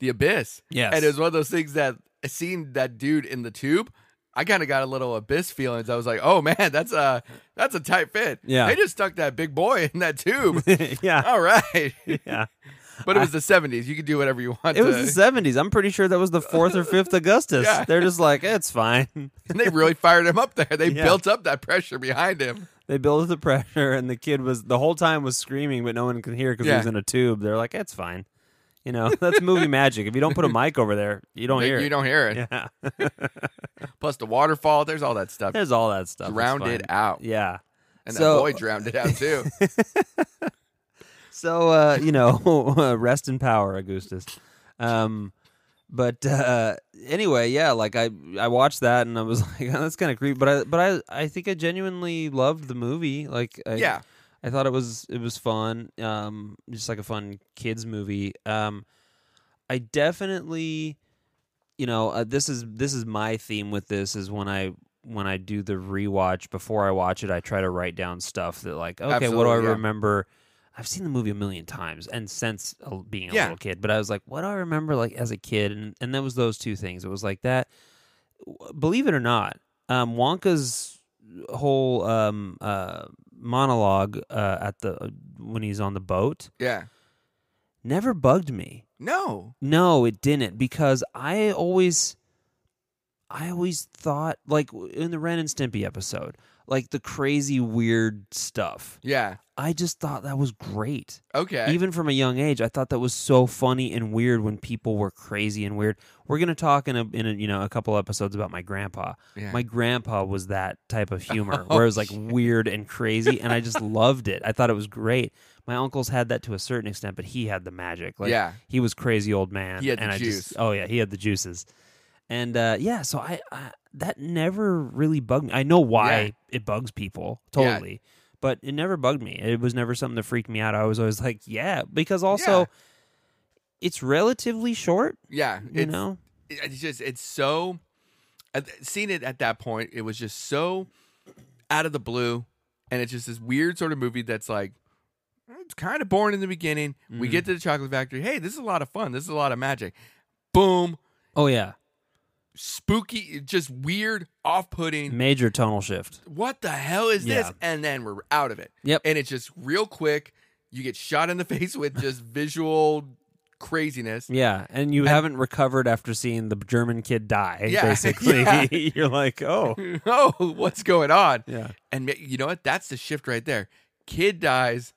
the abyss. Yes. And it was one of those things that seeing that dude in the tube, I kind of got a little abyss feelings. I was like, "Oh man, that's a that's a tight fit." Yeah. they just stuck that big boy in that tube. yeah. All right, Yeah. but it was the '70s. You could do whatever you want. It to, was the 70s. I'm pretty sure that was the 4th or 5th Augustus. Yeah. They're just like, it's fine. and they really fired him up there. They Yeah. built up that pressure behind him. They built the pressure and the kid was the whole time was screaming but no one could hear cuz Yeah. he was in a tube. They're like, it's fine. You know, that's movie magic. If you don't put a mic over there, you don't They- hear you it. don't hear it. yeah. Plus the waterfall. There's all that stuff. There's all that stuff. It's Drowned fine. it out, Yeah. and that So- boy drowned it out too. So uh, you know, rest in power, Augustus. Um, but uh, anyway, yeah, like I I watched that and I was like, that's kind of creepy. But I but I I think I genuinely loved the movie. Like I, yeah, I thought it was it was fun. Um, just like a fun kids movie. Um, I definitely, you know, uh, this is this is my theme with this is when I when I do the rewatch before I watch it, I try to write down stuff that like, okay, what do I Absolutely, yeah. remember? I've seen the movie a million times and since uh, being a Yeah. little kid, but I was like, what do I remember like as a kid? And and that was those two things. It was like that believe it or not, um, Wonka's whole um, uh, monologue uh, at the when he's uh, on the boat yeah. never bugged me. No. No, it didn't because I always I always thought like in the Ren and Stimpy episode, like the crazy weird stuff. Yeah. I just thought that was great. Okay. Even from a young age, I thought that was so funny and weird when people were crazy and weird. We're going to talk in a in a, you know, a couple episodes about my grandpa. yeah. My grandpa was that type of humor Oh, where it was like weird and crazy and I just loved it. I thought it was great. My uncles had that to a certain extent, but he had the magic. Like yeah. he was crazy old man. He had the and I juice. Just, oh yeah, he had the juices, and uh, yeah. So I, I that never really bugged me. I know why Yeah. it bugs people Yeah. totally, but it never bugged me. It was never something that freaked me out. I was always like, yeah, because also Yeah. it's relatively short. Yeah. You It's, know, it- it's just it's so at th- seeing it at that point it was just so out of the blue and it's just this weird sort of movie that's like it's kind of boring in the beginning we Mhm. get to the chocolate factory hey this is a lot of fun this is a lot of magic boom oh yeah, spooky just weird off-putting major tonal shift. what the hell is this Yeah. and then we're out of it Yep. and it's just real quick you get shot in the face with just visual craziness Yeah, and you And- haven't recovered after seeing the German kid die. Yeah, basically, yeah. you're like, oh, oh what's going on yeah, And ma- you know what? That's the shift right there. Kid dies.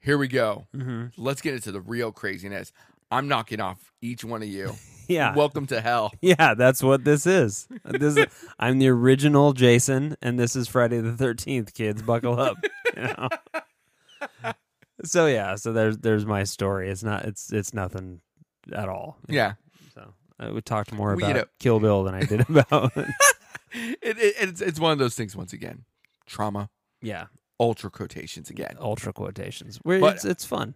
Here we go. hmm Let's get into the real craziness. I'm knocking off each one of you. yeah. Welcome to hell. Yeah, that's what this is. This is I'm the original Jason, and this is Friday the Thirteenth. Kids, buckle up. You know? So yeah, so there's there's my story. It's not it's it's nothing at all. Yeah. So uh, we talked more We about get it. Kill Bill than I did about It, it, it's, it's one of those things, once again. Trauma, yeah ultra quotations again. ultra quotations. Where But- it's it's fun.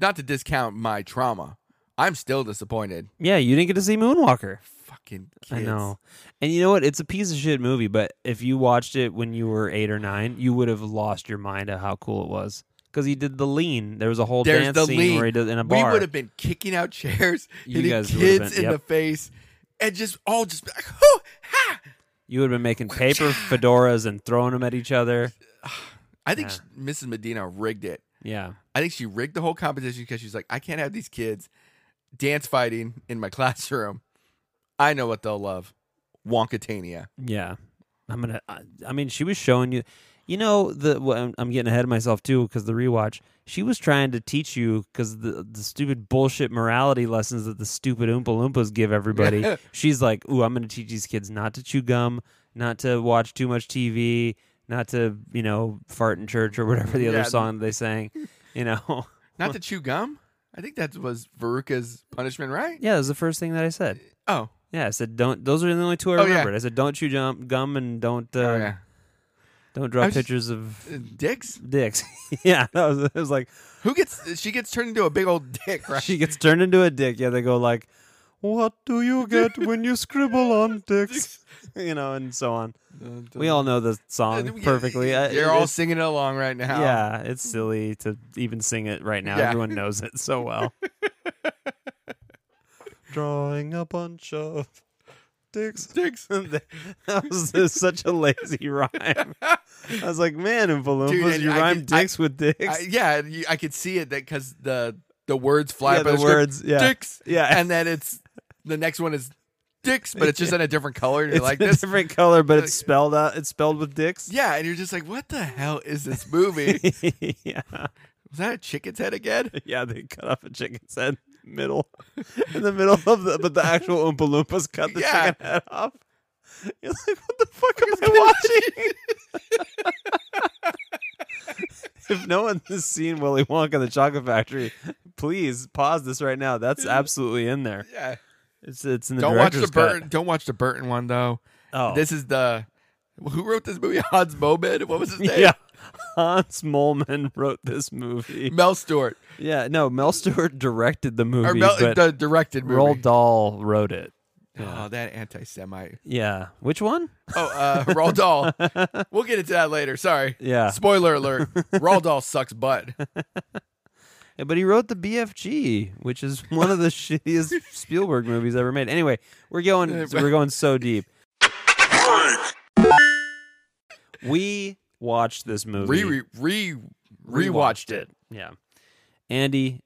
Not to discount my trauma. I'm still disappointed. Yeah, you didn't get to see Moonwalker. Fucking I kids. know. And you know what? It's a piece of shit movie, but if you watched it when you were eight or nine, you would have lost your mind at how cool it was. Because he did the lean. There was a whole There's dance the scene lean. where he does in a We bar. would have been kicking out chairs, You hitting guys would have kids been- in yep. the face, and just all just be like, "Hoo, ha!" you would have been making paper fedoras and throwing them at each other. I think Yeah. sh- Mrs. Medina rigged it. Yeah. I think she rigged the whole competition because she's like, I can't have these kids dance fighting in my classroom. I know what they'll love. Wonkatania. Yeah. I'm going to, I mean, she was showing you, you know, the, well, I'm, I'm getting ahead of myself too because the rewatch, she was trying to teach you because the, the stupid bullshit morality lessons that the stupid Oompa Loompas give everybody. she's like, "Ooh, I'm going to teach these kids not to chew gum, not to watch too much TV, not to you know fart in church or whatever the Yeah. other song they sang." You know, Not to chew gum. I think that was Veruca's punishment, right? yeah, that was the first thing that I said. Oh, Yeah, I said don't. Those are the only two I Oh, yeah. remembered. I said don't chew jump, gum and don't uh, oh yeah. don't I draw was- pictures of Uh, Dicks. dicks. yeah, that was. It was like Who gets? She gets turned into a big old dick, right? she gets turned into a dick. Yeah, they go like, "What do you get when you scribble on dicks?" you know, and so on. We all know the Uh, song we- perfectly. I- You're all it's- singing it along right now. Yeah, it's silly to even sing it right now. Yeah. Everyone knows it so well. Drawing a bunch of dicks. Dicks. that was just such a lazy rhyme. I was like, man, in Dude, Balloompas, and you I rhyme could- I- dicks with dicks. I, yeah, and you- I could see it that because the the words fly yeah, by the script. words. Yeah. Dicks. Yeah. and then it's the next one is dicks, but it's just in a different color. And you're it's like a this, uh, different color, but it's spelled out. It's spelled with dicks. yeah, and you're just like, what the hell is this movie? yeah. Was that a chicken's head again? Yeah, they cut off a chicken's head middle in the middle of the but the actual Oompa Loompas cut the Yeah. chicken head off. You're like, what the fuck am I watching? if no one has seen Willy Wonka and the Chocolate Factory, please pause this right now. That's absolutely in there. Yeah. It's it's in the Don't watch the director's Burton. cut. Don't watch the Burton one though. Oh, This is the who wrote this movie? Hans Momin. What was his name? yeah. Hans Molman wrote this movie. Mel Stewart Yeah, no, Mel Stewart directed the movie, or Mel, but the directed movie. Roald Dahl wrote it. Oh, that anti-Semite. Yeah. Which one? Oh, uh, Roald Dahl. We'll get into that later. Sorry. Yeah. Spoiler alert. Roald Dahl sucks butt. Yeah, But he wrote the BFG, which is one of the shittiest Spielberg movies ever made. Anyway, we're going we're going so deep. We watched this movie. Re, re, re rewatched it. Yeah. Andy,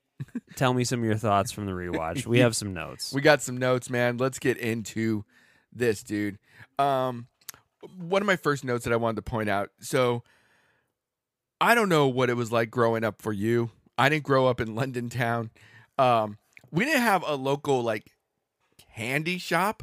Tell me some of your thoughts from the rewatch. We have some notes. We got some notes, man. Let's get into this, dude. Um, one of my first notes that I wanted to point out. So, I don't know what it was like growing up for you. I didn't grow up in London town. Um, we didn't have a local like candy shop.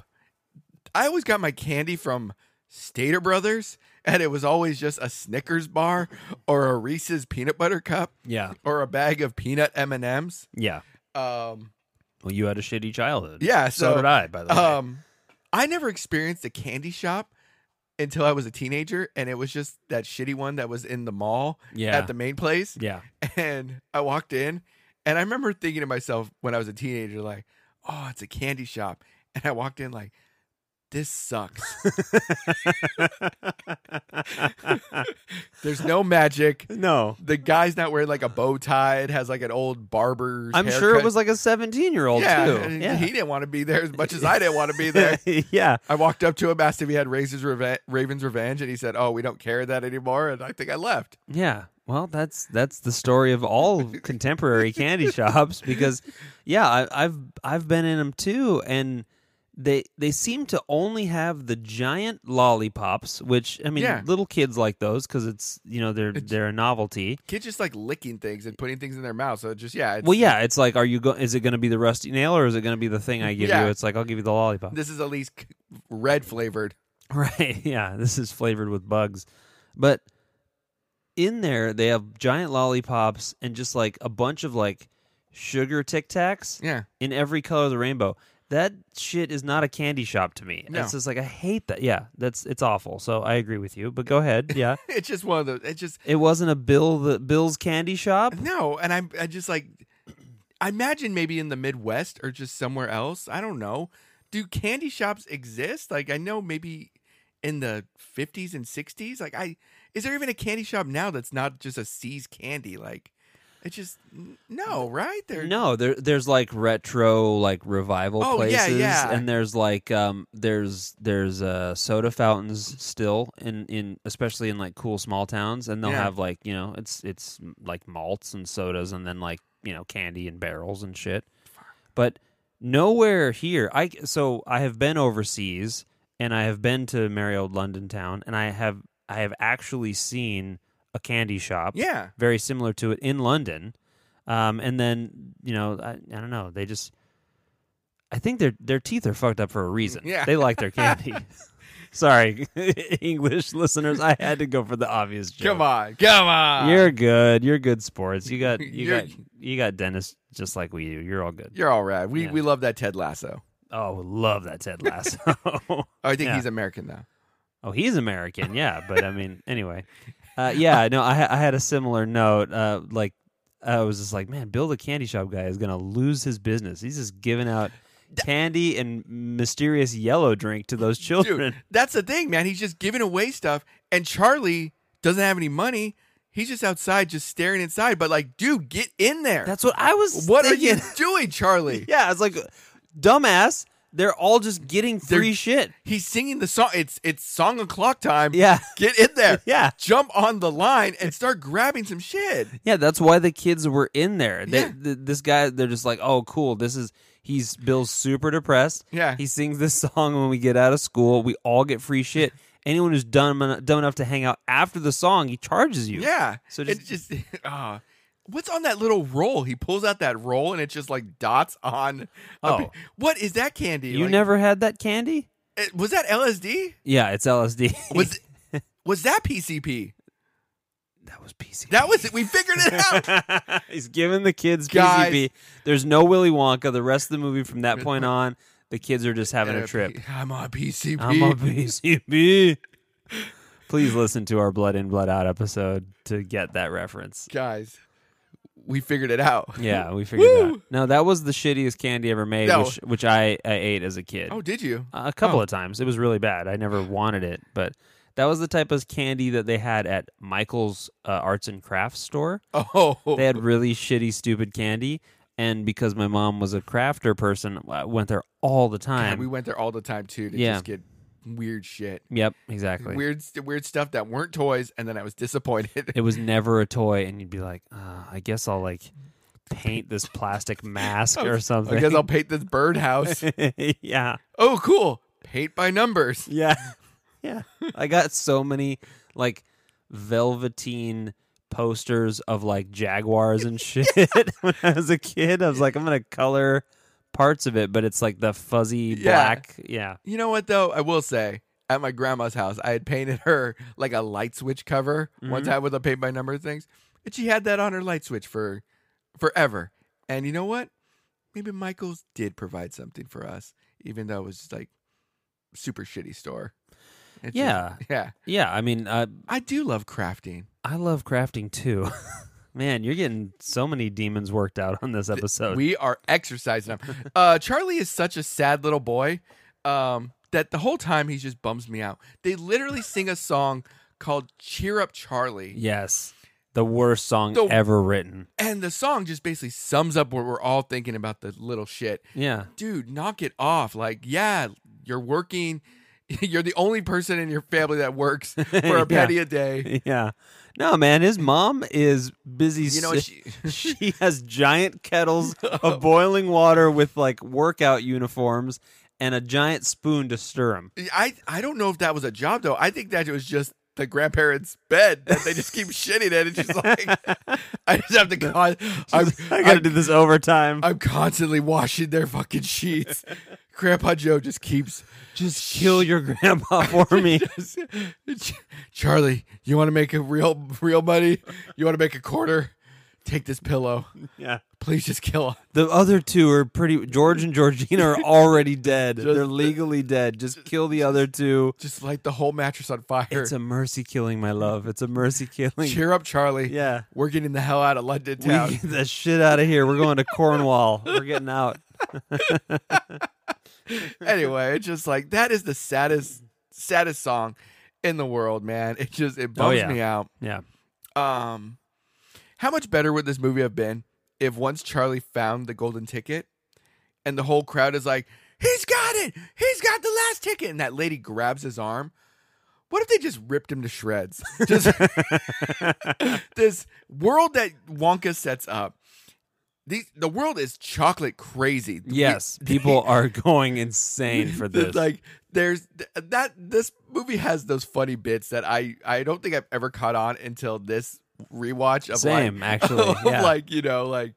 I always got my candy from Stater Brothers, and it was always just a Snickers bar or a Reese's peanut butter cup yeah, or a bag of peanut M and M's. yeah. Um, Well, you had a shitty childhood. Yeah, so, so, did I. By the way, Um, I never experienced a candy shop until I was a teenager, and it was just that shitty one that was in the mall yeah, at the main place. yeah, And I walked in, and I remember thinking to myself when I was a teenager, like, "Oh, it's a candy shop," and I walked in like, "This sucks. There's no magic." no. The guy's not wearing like a bow tie. It has like an old barber's. I'm sure it haircut. was like a 17 year old yeah, too. and He didn't want to be there as much as I didn't want to be there. yeah. I walked up to him, asked if he had Razor's Reve- Raven's Revenge, and he said, "Oh, we don't carry that anymore." And I think I left. Yeah. Well, that's that's the story of all contemporary candy shops because, yeah, I, I've I've been in them too, and they they seem to only have the giant lollipops, which I mean, Yeah. little kids like those because it's you know they're It's- they're a novelty. Kids just like licking things and putting things in their mouth. So it just yeah, it's, well, yeah, it's like, are you go? Is it going to be the rusty nail or is it going to be the thing I give Yeah. you? It's like I'll give you the lollipop, This is at least c- red flavored. right? Yeah, this is flavored with bugs, but in there they have giant lollipops and just like a bunch of like sugar tic tacs. Yeah, in every color of the rainbow. That shit is not a candy shop to me. No. It's just like I hate that. Yeah, that's it's awful. So I agree with you. But go ahead. Yeah, it's just one of those. It's just it wasn't a Bill the Bill's candy shop. no, and I'm I just like I imagine maybe in the Midwest or just somewhere else. I don't know. Do candy shops exist? Like I know maybe in the 50s and 60s. Like I is there even a candy shop now that's not just a C's candy? Like it's just n- no, right? There No, there there's like retro like revival Oh, yeah, places, yeah. and there's like um there's there's uh soda fountains still in in especially in like cool small towns, and they'll Yeah. have like you know it's it's like malts and sodas, and then like you know candy and barrels and shit. But nowhere here, I so I have been overseas, and I have been to merry old London town, and I have I have actually seen a candy shop Yeah. very similar to it in London. Um, and then you know, I, I don't know. They just, I think their their teeth are fucked up for a reason. Yeah. they like their candy. Sorry, English listeners, I had to go for the obvious joke. Come on. Come on. You're, you're good. You're good sports. You got you You're- got you got dentists just like we do. You're all good. all right. We Yeah. we love that Ted Lasso. Oh, love that Ted Lasso. Oh, I think Yeah. he's American now. Oh, he's American, yeah. But I mean, anyway, uh, yeah. No, I, ha- I had a similar note. Uh, like, I was just like, man, Bill the candy shop guy is gonna lose his business. He's just giving out candy and mysterious yellow drink to those children. Dude, that's the thing, man. He's just giving away stuff and Charlie doesn't have any money. He's just outside just staring inside, but like, dude, get in there. That's what I was. what are you thinking. doing, Charlie? yeah, it's like, dumbass. They're all just getting They're- free shit. He's singing the song. It's it's song o'clock time. Yeah, Get in there. yeah. Jump on the line and start grabbing some shit. Yeah, that's why the kids were in there. They, Yeah. th- this guy, they're just like, oh, cool. This is he's Bill's super depressed. Yeah. he sings this song when we get out of school. We all get free shit. Anyone who's dumb en- dumb enough to hang out after the song, he charges you. Yeah. So So just- just, just ah, what's on that little roll? He pulls out that roll and it's just like dots on. a Oh. pi- what is that candy? you Like, never had that candy? it- was that LSD? Yeah, it's LSD. Was it- was that PCP? that was PCP? That was it. We figured it out. He's giving the kids Guys. PCP. There's no Willy Wonka. The rest of the movie, from that point on, the kids are just having a trip. I'm on PCP. I'm a PCB. Please listen to our Blood In, Blood Out episode to get that reference. Guys, we figured it out. Yeah, we figured that. Woo! out. No, that was the shittiest candy ever made, No. which, which I, I ate as a kid. Oh, did you? a couple oh. of times. It was really bad. I never wanted it, but that was the type of candy that they had at Michael's uh, Arts and Crafts store. Oh, They had really shitty, stupid candy. And because my mom was a crafter person, I went there all the time. God, we went there all the time too to Yeah. just get weird shit, yep, exactly. weird weird stuff that weren't toys, and then I was disappointed. it was never a toy and you'd be like uh, i guess i'll like paint this plastic mask I or was- something. I guess I'll paint this birdhouse. yeah. oh, cool. Paint by numbers. Yeah. Yeah. I got so many like velveteen posters of like jaguars and shit when I was a kid. I was like, I'm gonna color parts of it, but it's like the fuzzy Yeah. black. Yeah. You know what though? I will say at my grandma's house, I had painted her like a light switch cover one Mhm. time with a paint by number things, and she had that on her light switch for forever. And you know what? Maybe Michaels did provide something for us, even though it was like super shitty store. It's just- Yeah. yeah. Yeah. I mean, uh, I do love crafting. I love crafting too. Man, you're getting so many demons worked out on this episode. We are exercising up. uh, Charlie is such a sad little boy um, that the whole time he just bums me out. They literally sing a song called "Cheer Up, Charlie." yes. The worst song The- ever written. And the song just basically sums up what we're all thinking about the little shit. Yeah. Dude, knock it off. Like, yeah, you're working. You're the only person in your family that works for a Yeah. penny a day. Yeah. No, man, his mom is busy. You know, si- she, she has giant kettles of boiling water with like workout uniforms and a giant spoon to stir them. I I don't know if that was a job though. I think that it was just the grandparents' bed that they just keep shitting at. It's just like I just have to. Con- I'm, I gotta I'm, do this overtime. I'm constantly washing their fucking sheets. Grandpa Joe just keeps. Just kill your grandpa for me. Ch- Charlie, you want to make a real real money? You want to make a quarter? Take this pillow. yeah. Please just kill him. The other two are pretty. George and Georgina are already dead. Just- They're legally dead. Just kill the other two. Just light the whole mattress on fire. It's a mercy killing, my love. It's a mercy killing. Cheer up, Charlie. yeah. We're getting the hell out of London We town. get the shit out of here. We're going to Cornwall. We're getting out. anyway, it's just like that is the saddest saddest song in the world, man. It just it bums Oh, yeah. me out. Yeah. Um how much better would this movie have been if once Charlie found the golden ticket and the whole crowd is like, "He's got it. He's got the last ticket." And that lady grabs his arm. What if they just ripped him to shreds? Just this world that Wonka sets up. These, the world is chocolate crazy. We- Yes, people are going insane for It's this. Like there's th- that this movie has those funny bits that I I don't think I've ever caught on until this rewatch of Same, like actually. of Yeah. like you know like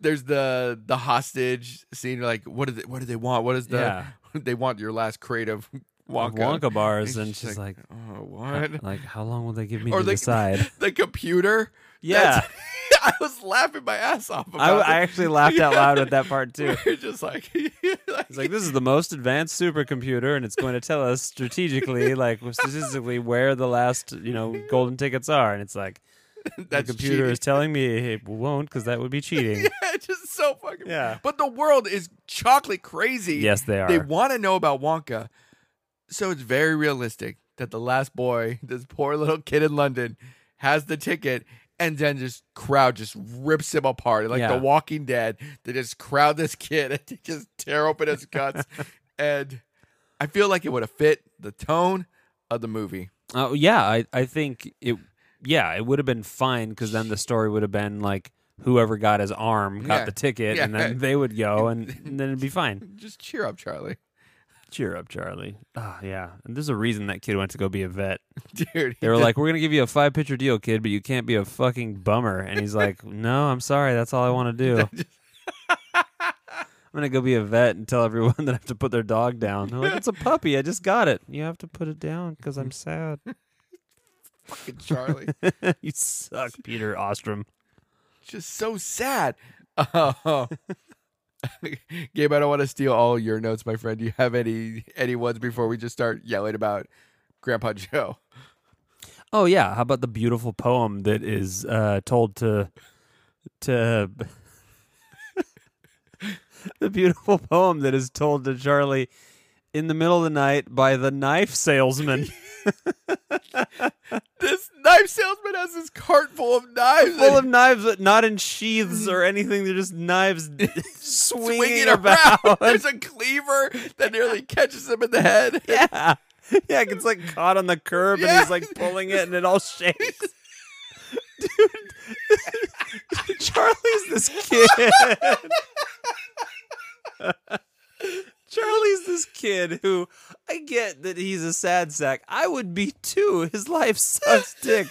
there's the the hostage scene like what do they what do they want what is the Yeah. they want your last crate of Wonka, Wonka, Wonka bars, And and she's like, oh "Huh, what like, how long will they give me Or to they- decide? the computer Yeah, That's- I was laughing my ass off I, about I it. actually laughed out loud at that part too. We're just like, It's like this is the most advanced supercomputer, and it's going to tell us strategically, like statistically, where the last you know golden tickets are. And it's like that's the computer is telling me it won't because that would be cheating. cheating. yeah it's just so fucking Yeah. But the world is chocolate crazy. Yes, they are. They want to know about Wonka. So it's very realistic that the last boy, this poor little kid in London, has the ticket and then just crowd just rips him apart. Like Yeah. the Walking Dead, they just crowd this kid and they just tear open his guts. and I feel like it would have fit the tone of the movie. Oh yeah, I I think it. Yeah, it would have been fine because then the story would have been like whoever got his arm got Yeah. the ticket, and Yeah. then they would go, and, and then it'd be fine. Just cheer up, Charlie. Cheer up, Charlie. Ah, yeah. And there's a reason that kid went to go be a vet. Dude. he They were just- like, "We're gonna give you a five picture deal, kid, but you can't be a fucking bummer." And he's like, "No, I'm sorry. That's all I want to do. I'm gonna go be a vet and tell everyone that I have to put their dog down." They're like, "It's a puppy. I just got it. You have to put it down because I'm sad." fucking Charlie. you suck, Peter Ostrom. just so sad. Oh. Gabe, I don't want to steal all your notes, my friend. Do you have any any ones before we just start yelling about Grandpa Joe? Oh yeah, how about the beautiful poem that is uh, told to to the beautiful poem that is told to Charlie in the middle of the night by the knife salesman This knife salesman has his cart full of knives. full of knives but not in sheaths or anything they're just knives swinging, swinging around. about There's a cleaver that nearly catches him in the head. yeah yeah it's like caught on the curb and Yeah. he's like pulling it and it all shakes dude Charlie's this kid. Charlie's this kid who I get that he's a sad sack. I would be too. His life sucks dick.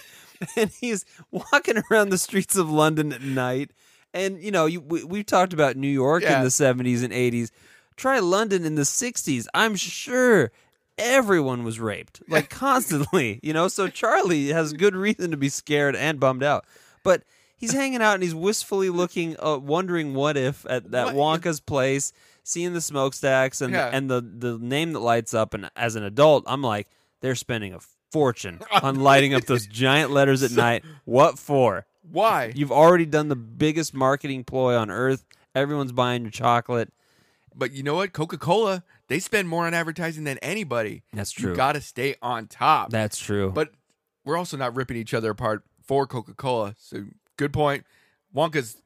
And he's walking around the streets of London at night. And, you know, you, we, we've talked about New York Yeah. in the 70s and 80s. Try London in the 60s. I'm sure everyone was raped, like constantly, you know? So Charlie has good reason to be scared and bummed out. But he's hanging out and he's wistfully looking, uh, wondering what if at that What Wonka's place, seeing the smokestacks and Yeah. and the the name that lights up. And as an adult, I'm like, they're spending a fortune on lighting up those giant letters at night. What for? Why? You've already done the biggest marketing ploy on earth. Everyone's buying your chocolate. But you know what? Coca Cola, they spend more on advertising than anybody. That's You true. got to stay on top. That's true. but we're also not ripping each other apart for Coca Cola. So good point. Wonka's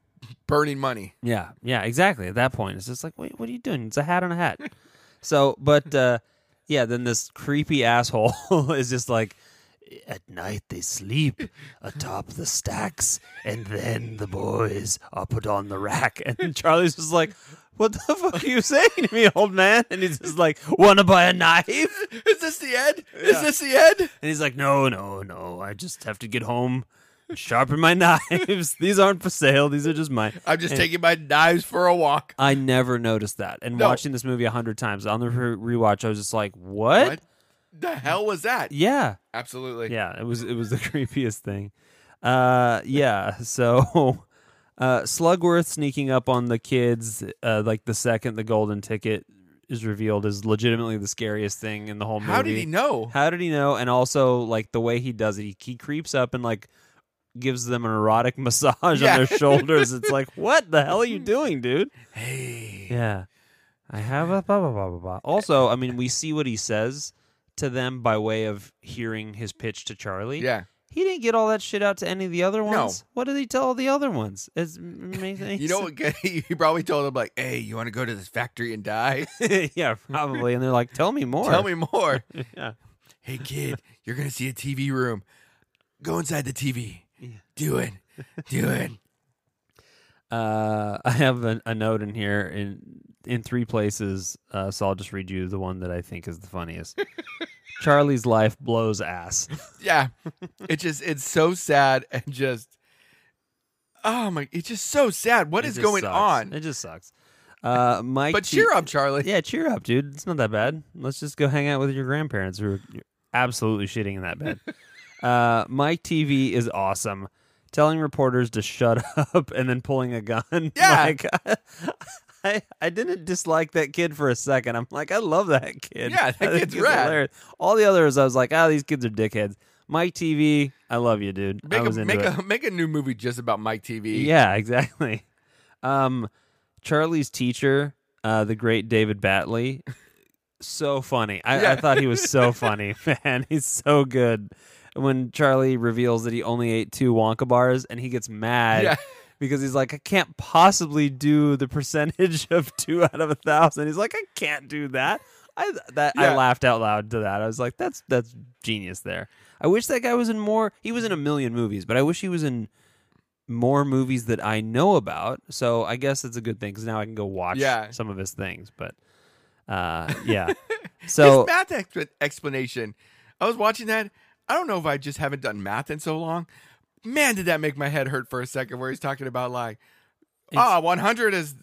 burning money. Yeah, yeah, exactly. At that point, it's just like, wait, what are you doing? It's a hat on a hat. so, but uh, yeah, then this creepy asshole is just like, at night they sleep atop the stacks, and then the boys are put on the rack. And Charlie's just like, what the fuck are you saying to me, old man? And he's just like, wanna buy a knife? Is this the end? Is this the end? And he's like, no, no, no, I just have to get home. and Sharpen my knives. These aren't for sale. These are just mine. I'm just And- taking my knives for a walk. I never noticed that. And No. watching this movie a hundred times on the re- rewatch, I was just like, what? What the hell was that? Yeah, Absolutely. yeah. It was it was the creepiest thing. Uh, yeah. So, uh, Slugworth sneaking up on the kids, uh, like the second the golden ticket is revealed, is legitimately the scariest thing in the whole movie. How did he know? How did he know? And also, like the way he does it, he, he creeps up and like gives them an erotic massage Yeah. on their shoulders. It's like, what the hell are you doing, dude? Hey. Yeah. I have a blah blah blah blah blah. Also, I mean, we see what he says to them by way of hearing his pitch to Charlie. Yeah. He didn't get all that shit out to any of the other ones. What did he tell all the other ones? It's, it makes any You know what? He probably told him, like, hey, you want to go to this factory and die? sense. yeah, probably. And they're like, "Tell me more." Tell me more. Yeah. hey, kid, you're going to see a TV room. Go inside the TV. Yeah. Do it. Do it. Uh, I have a, a note in here in in three places, uh, so I'll just read you the one that I think is the funniest. Charlie's life blows ass. yeah it just it's so sad and just oh my it's just so sad What It is just going sucks. on It just sucks. Uh, Mike, but T- cheer up charlie Yeah, cheer up, dude. It's not that bad. Let's just go hang out with your grandparents who are absolutely shitting in that bed. uh, Mike TV is awesome. Telling reporters to shut up and then pulling a gun. Yeah. Like, I, I didn't dislike that kid for a second. I'm like, I love that kid. Yeah, I that think kid's he's rad. hilarious. All the others, I was like, ah, these kids are dickheads. Mike TV, I love you, dude. make I was a into make it. a make a new movie just about mike tv Yeah, exactly. Um, Charlie's teacher, uh, the great David Batley, so funny. I, I Yeah. thought he was so funny, man. He's so good. When Charlie reveals that he only ate two Wonka bars, and he gets mad Yeah. because he's like, "I can't possibly do the percentage of two out of a thousand. He's like, "I can't do that." I that I Yeah. laughed out loud to that. I was like, "That's that's genius." There, I wish that guy was in more. He was in a million movies, but I wish he was in more movies that I know about. So I guess it's a good thing because now I can go watch Yeah. some of his things. But uh, yeah, his so math ex- explanation i was watching that i don't know if i just haven't done math in so long man did that make my head hurt for a second where he's talking about like Oh, ah 100 is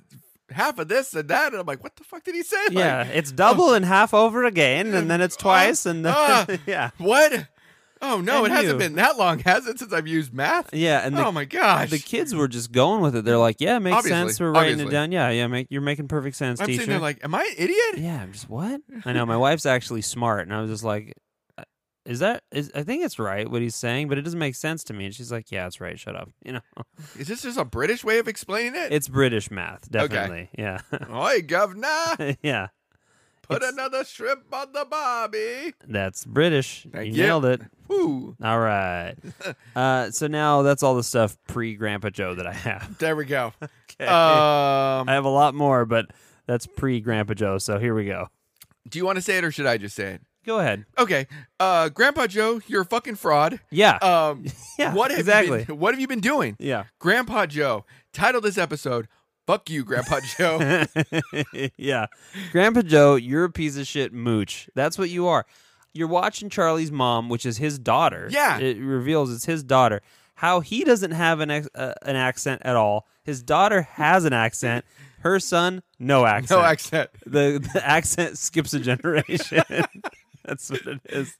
half of this and that and i'm like what the fuck did he say Like, yeah, it's double and half over again, and then it's uh, twice, and then uh, yeah, what oh no And it hasn't you. been that long has it since i've used math yeah, and the oh my gosh the kids were just going with it. They're like, "Yeah, it makes Obviously, sense. We're writing it obviously. down. Yeah, yeah, make, you're making perfect sense, I'm teacher." sitting there like, am I an idiot? yeah, I'm just what? I know my wife's actually smart, and I was just like, uh, "Is that? Is I think it's right what he's saying, but it doesn't make sense to me." And she's like, "Yeah, it's right. Shut up." You know, Is this just a British way of explaining it? it's British math, definitely. Oi, governor, Yeah, yeah, put It's- another shrimp on the barbie. that's British. Thank you you. nailed it. Woo. All right. Uh, so now that's all the stuff pre Grandpa Joe that I have. There we go. Okay. I Um, have a lot more, but that's pre Grandpa Joe. So here we go. do you want to say it or should I just say it? Go ahead. Okay, uh, Grandpa Joe, you're a fucking fraud. Yeah. Um, yeah. what have exactly? You been, what have you been doing, yeah. Grandpa Joe? Title this episode. Fuck you, Grandpa Joe. yeah. Grandpa Joe, you're a piece of shit mooch. That's what you are. You're watching Charlie's mom, which is his daughter. Yeah. It reveals it's his daughter. How he doesn't have an ex- uh, an accent at all. His daughter has an accent. Her son, no accent. no accent. The, the accent skips a generation. that's what it is.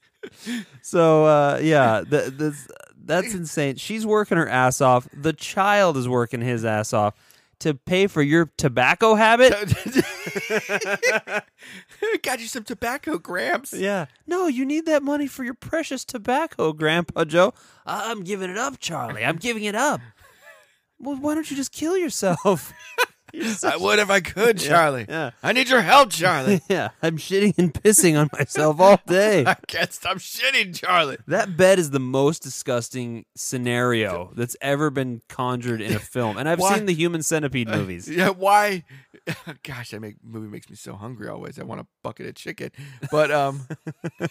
So uh, yeah, th- this, that's insane. She's working her ass off. The child is working his ass off to pay for your tobacco habit. Got you some tobacco, Gramps. Yeah. No, you need that money for your precious tobacco, Grandpa Joe. I'm giving it up, Charlie. I'm giving it up. Well, why don't you just kill yourself? You're I such- would if I could, Charlie. yeah. I need your help, Charlie. yeah, I'm shitting and pissing on myself all day. I can't stop shitting, Charlie. That bed is the most disgusting scenario that's ever been conjured in a film. And I've Why- seen the human centipede movies. Yeah, why? Gosh, that make, movie makes me so hungry always. I want a bucket of chicken, but um,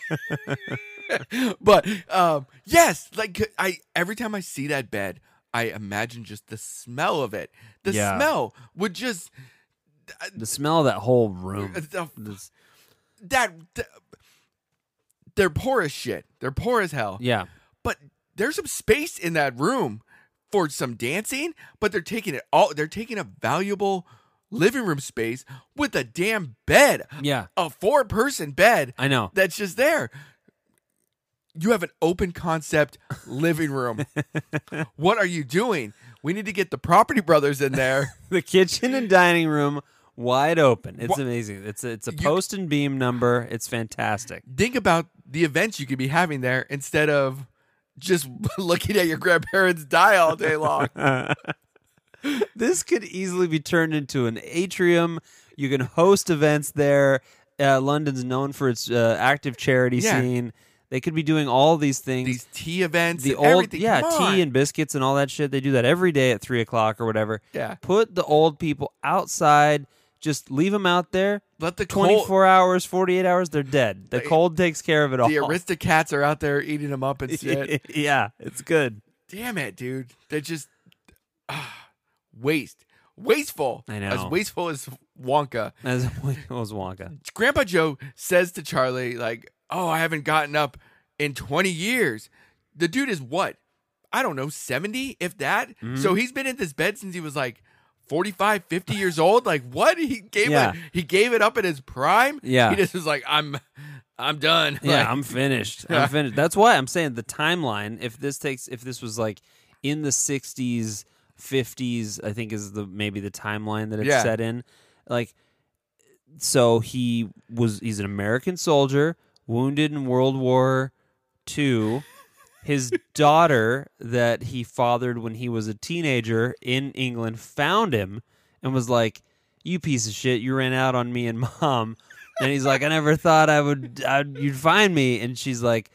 but um, yes, like I every time I see that bed, I imagine just the smell of it. The Yeah. smell would just uh, The smell of that whole room. This- that, that they're poor as shit. They're poor as hell. yeah. but there's some space in that room for some dancing, but they're taking it all they're taking a valuable living room space with a damn bed, Yeah. a four person bed I know. that's just there. You have an open concept living room. what are you doing? We need to get the property brothers in there. the kitchen and dining room wide open. It's Wha- amazing. It's a, it's a You- post and beam number. It's fantastic. Think about the events you could be having there instead of just looking at your grandparents die all day long. This could easily be turned into an atrium. You can host events there. Uh, London's known for its uh, active charity Yeah. scene. They could be doing all these things. These tea events, the and old everything. yeah Come on. tea and biscuits and all that shit they do that every day at three o'clock or whatever Yeah. put the old people outside just leave them out there Let the cold- 24 hours 48 hours they're dead the cold takes care of it all the aristocrats are out there eating them up and shit. yeah it's good Damn it, dude. They're just ah, waste. Wasteful. I know. As wasteful as Wonka. as was wonka Grandpa Joe says to Charlie, like, oh, I haven't gotten up in 20 years. The dude is what? I don't know, 70, if that? Mm-hmm. So he's been in this bed since he was like 45, 50 years old. Like, what? He gave Yeah. it he gave it up in his prime. Yeah. He just was like, I'm I'm done. yeah Like, i'm finished Yeah. i'm finished that's why i'm saying the timeline if this takes if this was like in the 60s 50s i think is the maybe the timeline that it's Yeah. set in like so he was he's an american soldier wounded in world war ii his daughter that he fathered when he was a teenager in england found him and was like you piece of shit you ran out on me and mom and he's like i never thought i would I, you'd find me and she's like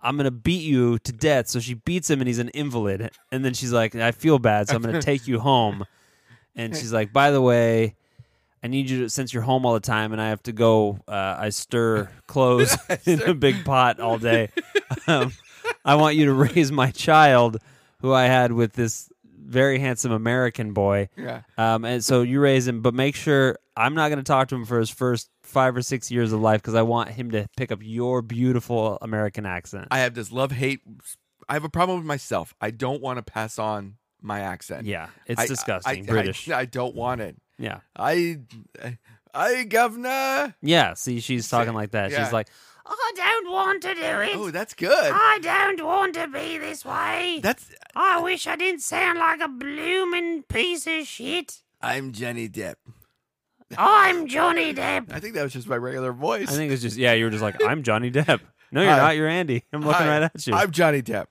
i'm gonna beat you to death so she beats him and he's an invalid and then she's like i feel bad so i'm gonna take you home and she's like by the way I need you to, since you're home all the time and I have to go, uh, I stir clothes in a big pot all day. Um, I want you to raise my child who I had with this very handsome American boy. yeah. Um, and so you raise him, but make sure I'm not going to talk to him for his first five or six years of life because I want him to pick up your beautiful American accent. I have this love hate. I have a problem with myself. I don't want to pass on my accent. yeah, it's I- I- disgusting. I- British. I, I don't want it. yeah. I, I, I governor. Yeah. See, she's talking like that. yeah. She's like, I don't want to do it. Oh, that's good. I don't want to be this way. That's. I wish I didn't sound like a bloomin' piece of shit. I'm Jenny Depp. I'm Johnny Depp. I think that was just my regular voice. I think it's just yeah. You were just like I'm Johnny Depp. No, you're Hi. not. You're Andy. I'm looking Hi, right at you. I'm Johnny Depp.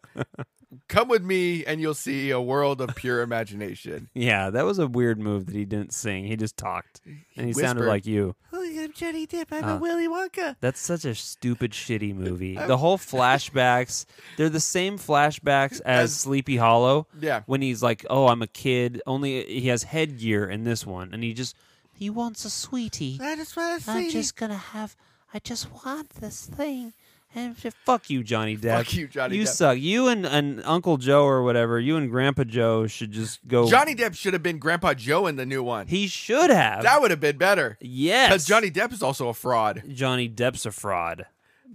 Come with me, and you'll see a world of pure imagination. yeah, that was a weird move that he didn't sing. He just talked, and he sounded whispered. like you. I'm Johnny Depp. I'm a Uh, Willy Wonka. That's such a stupid, shitty movie. The whole flashbacks, they're the same flashbacks as As- Sleepy Hollow. Yeah. When he's like, "Oh, I'm a kid," only he has headgear in this one, and he just he wants a sweetie. I just want to I'm just gonna have. I just want this thing. And f- fuck you, Johnny Depp. Fuck you, Johnny Depp. suck. You and, and Uncle Joe or whatever. You and Grandpa Joe should just go. Johnny Depp should have been Grandpa Joe in the new one. He uh, should have. that would have been better. Because yes. Uh, Johnny Depp is also a fraud. Johnny Depp's a fraud,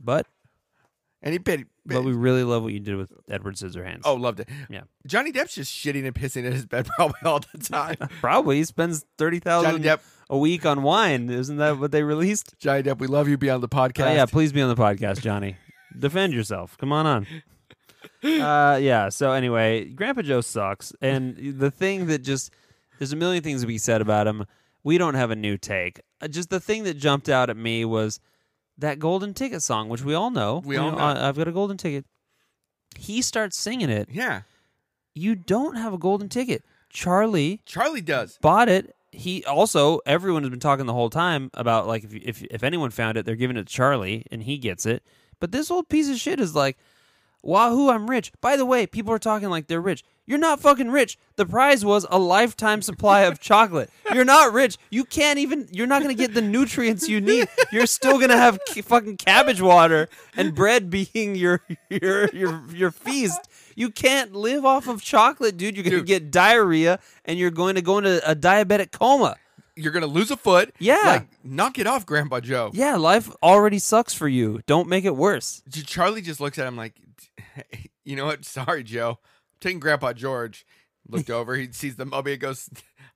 but And he paid. but we really love what you did with Edward Scissorhands. oh, loved it. Yeah. Johnny Depp's just shitting and pissing in his bed probably all the time. probably he spends thirty Johnny thousand Depp. a week on wine. Isn't that what they released? Johnny Depp, we love you. Be on the podcast. Oh, yeah, please be on the podcast, Johnny. Defend yourself. Come on on. Uh, yeah. So anyway, Grandpa Joe sucks, and the thing that just there's a million things to be said about him. We don't have a new take. Uh, Just the thing that jumped out at me was that golden ticket song, which we all know. We You all know. I- I've got a golden ticket. He starts singing it. Yeah. You don't have a golden ticket. Charlie Charlie does. bought it. He also everyone has been talking the whole time about like if if if anyone found it, they're giving it to Charlie and he gets it. But this old piece of shit is like, Wahoo, I'm rich. By the way, people are talking like they're rich. You're not fucking rich. The prize was a lifetime supply of chocolate. You're not rich. You can't even. You're not gonna get the nutrients you need. You're still gonna have c- fucking cabbage water and bread being your your your your feast. You can't live off of chocolate, dude. You're gonna Dude. get diarrhea and you're going to go into a diabetic coma. You're going to lose a foot. Yeah. Like, knock it off, Grandpa Joe. Yeah, life already sucks for you. Don't make it worse. J- Charlie just looks at him like, you know what? Sorry, Joe. I'm taking Grandpa George. Looked over. He sees the mummy and goes,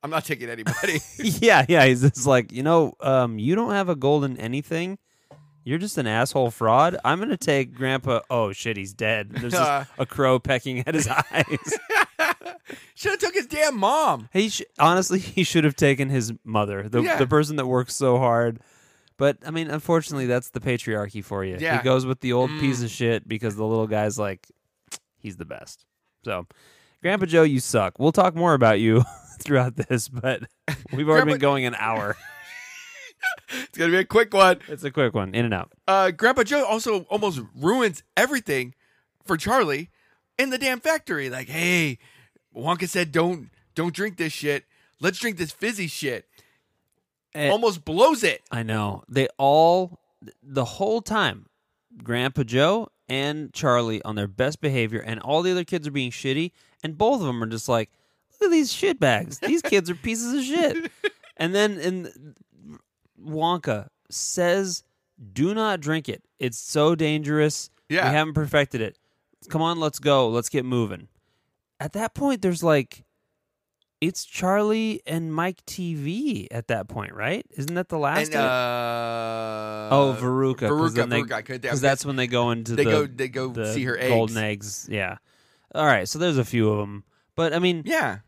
I'm not taking anybody. yeah, yeah. He's just like, you know, um, you don't have a golden anything. You're just an asshole fraud. I'm gonna take Grandpa. Oh shit, he's dead. There's just a crow pecking at his eyes. Should have took his damn mom. he sh- honestly, he should have taken his mother, the Yeah. the person that works so hard. But I mean, unfortunately, that's the patriarchy for you. Yeah. He goes with the old Mm. piece of shit because the little guy's like, he's the best. So, Grandpa Joe, you suck. We'll talk more about you throughout this, but we've Grandpa- already been going an hour. It's gonna be a quick one. It's a quick one, in and out. Uh, Grandpa Joe also almost ruins everything for Charlie in the damn factory. Like, hey, Wonka said, don't don't drink this shit. Let's drink this fizzy shit. Eh. almost blows it. I know. They all, th- the whole time, Grandpa Joe and Charlie on their best behavior, and all the other kids are being shitty, and both of them are just like, look at these shitbags. These kids are pieces of shit. And then in Wonka says, do not drink it. It's so dangerous. Yeah. We haven't perfected it. Come on, let's go. Let's get moving. At that point, there's like, it's Charlie and Mike TV at that point, right? Isn't that the last? And of it? uh, Oh, Veruca. Veruca, Veruca. I Because couldn't think- that's when they go into they the, go they go the see her eggs. golden eggs. Yeah. All right. So there's a few of them, but I mean, Yeah,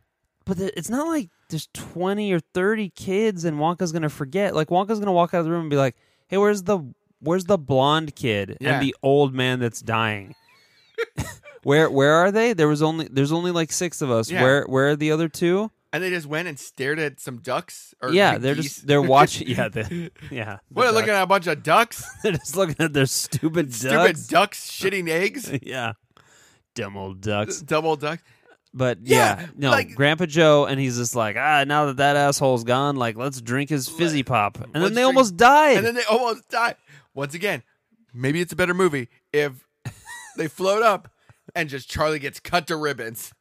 but the, it's not like there's 20 or 30 kids and Wonka's gonna forget. Like Wonka's gonna walk out of the room and be like, "Hey, where's the where's the blonde kid Yeah. and the old man that's dying? where where are they? There was only there's only like six of us. Yeah. Where where are the other two? and they just went and stared at some ducks. Or yeah, they're geese. just they're watching. Yeah, they, yeah. What are the they looking ducks. at a bunch of ducks? They're just looking at their stupid ducks. Stupid ducks shitting eggs. yeah. Dumb old ducks. Double ducks. But Yeah, yeah, no, like- Grandpa Joe, and he's just like, ah, now that that asshole's gone, like, let's drink his fizzy pop. And let's then they drink- almost died. and then they almost die. Once again, maybe it's a better movie if they float up and just Charlie gets cut to ribbons.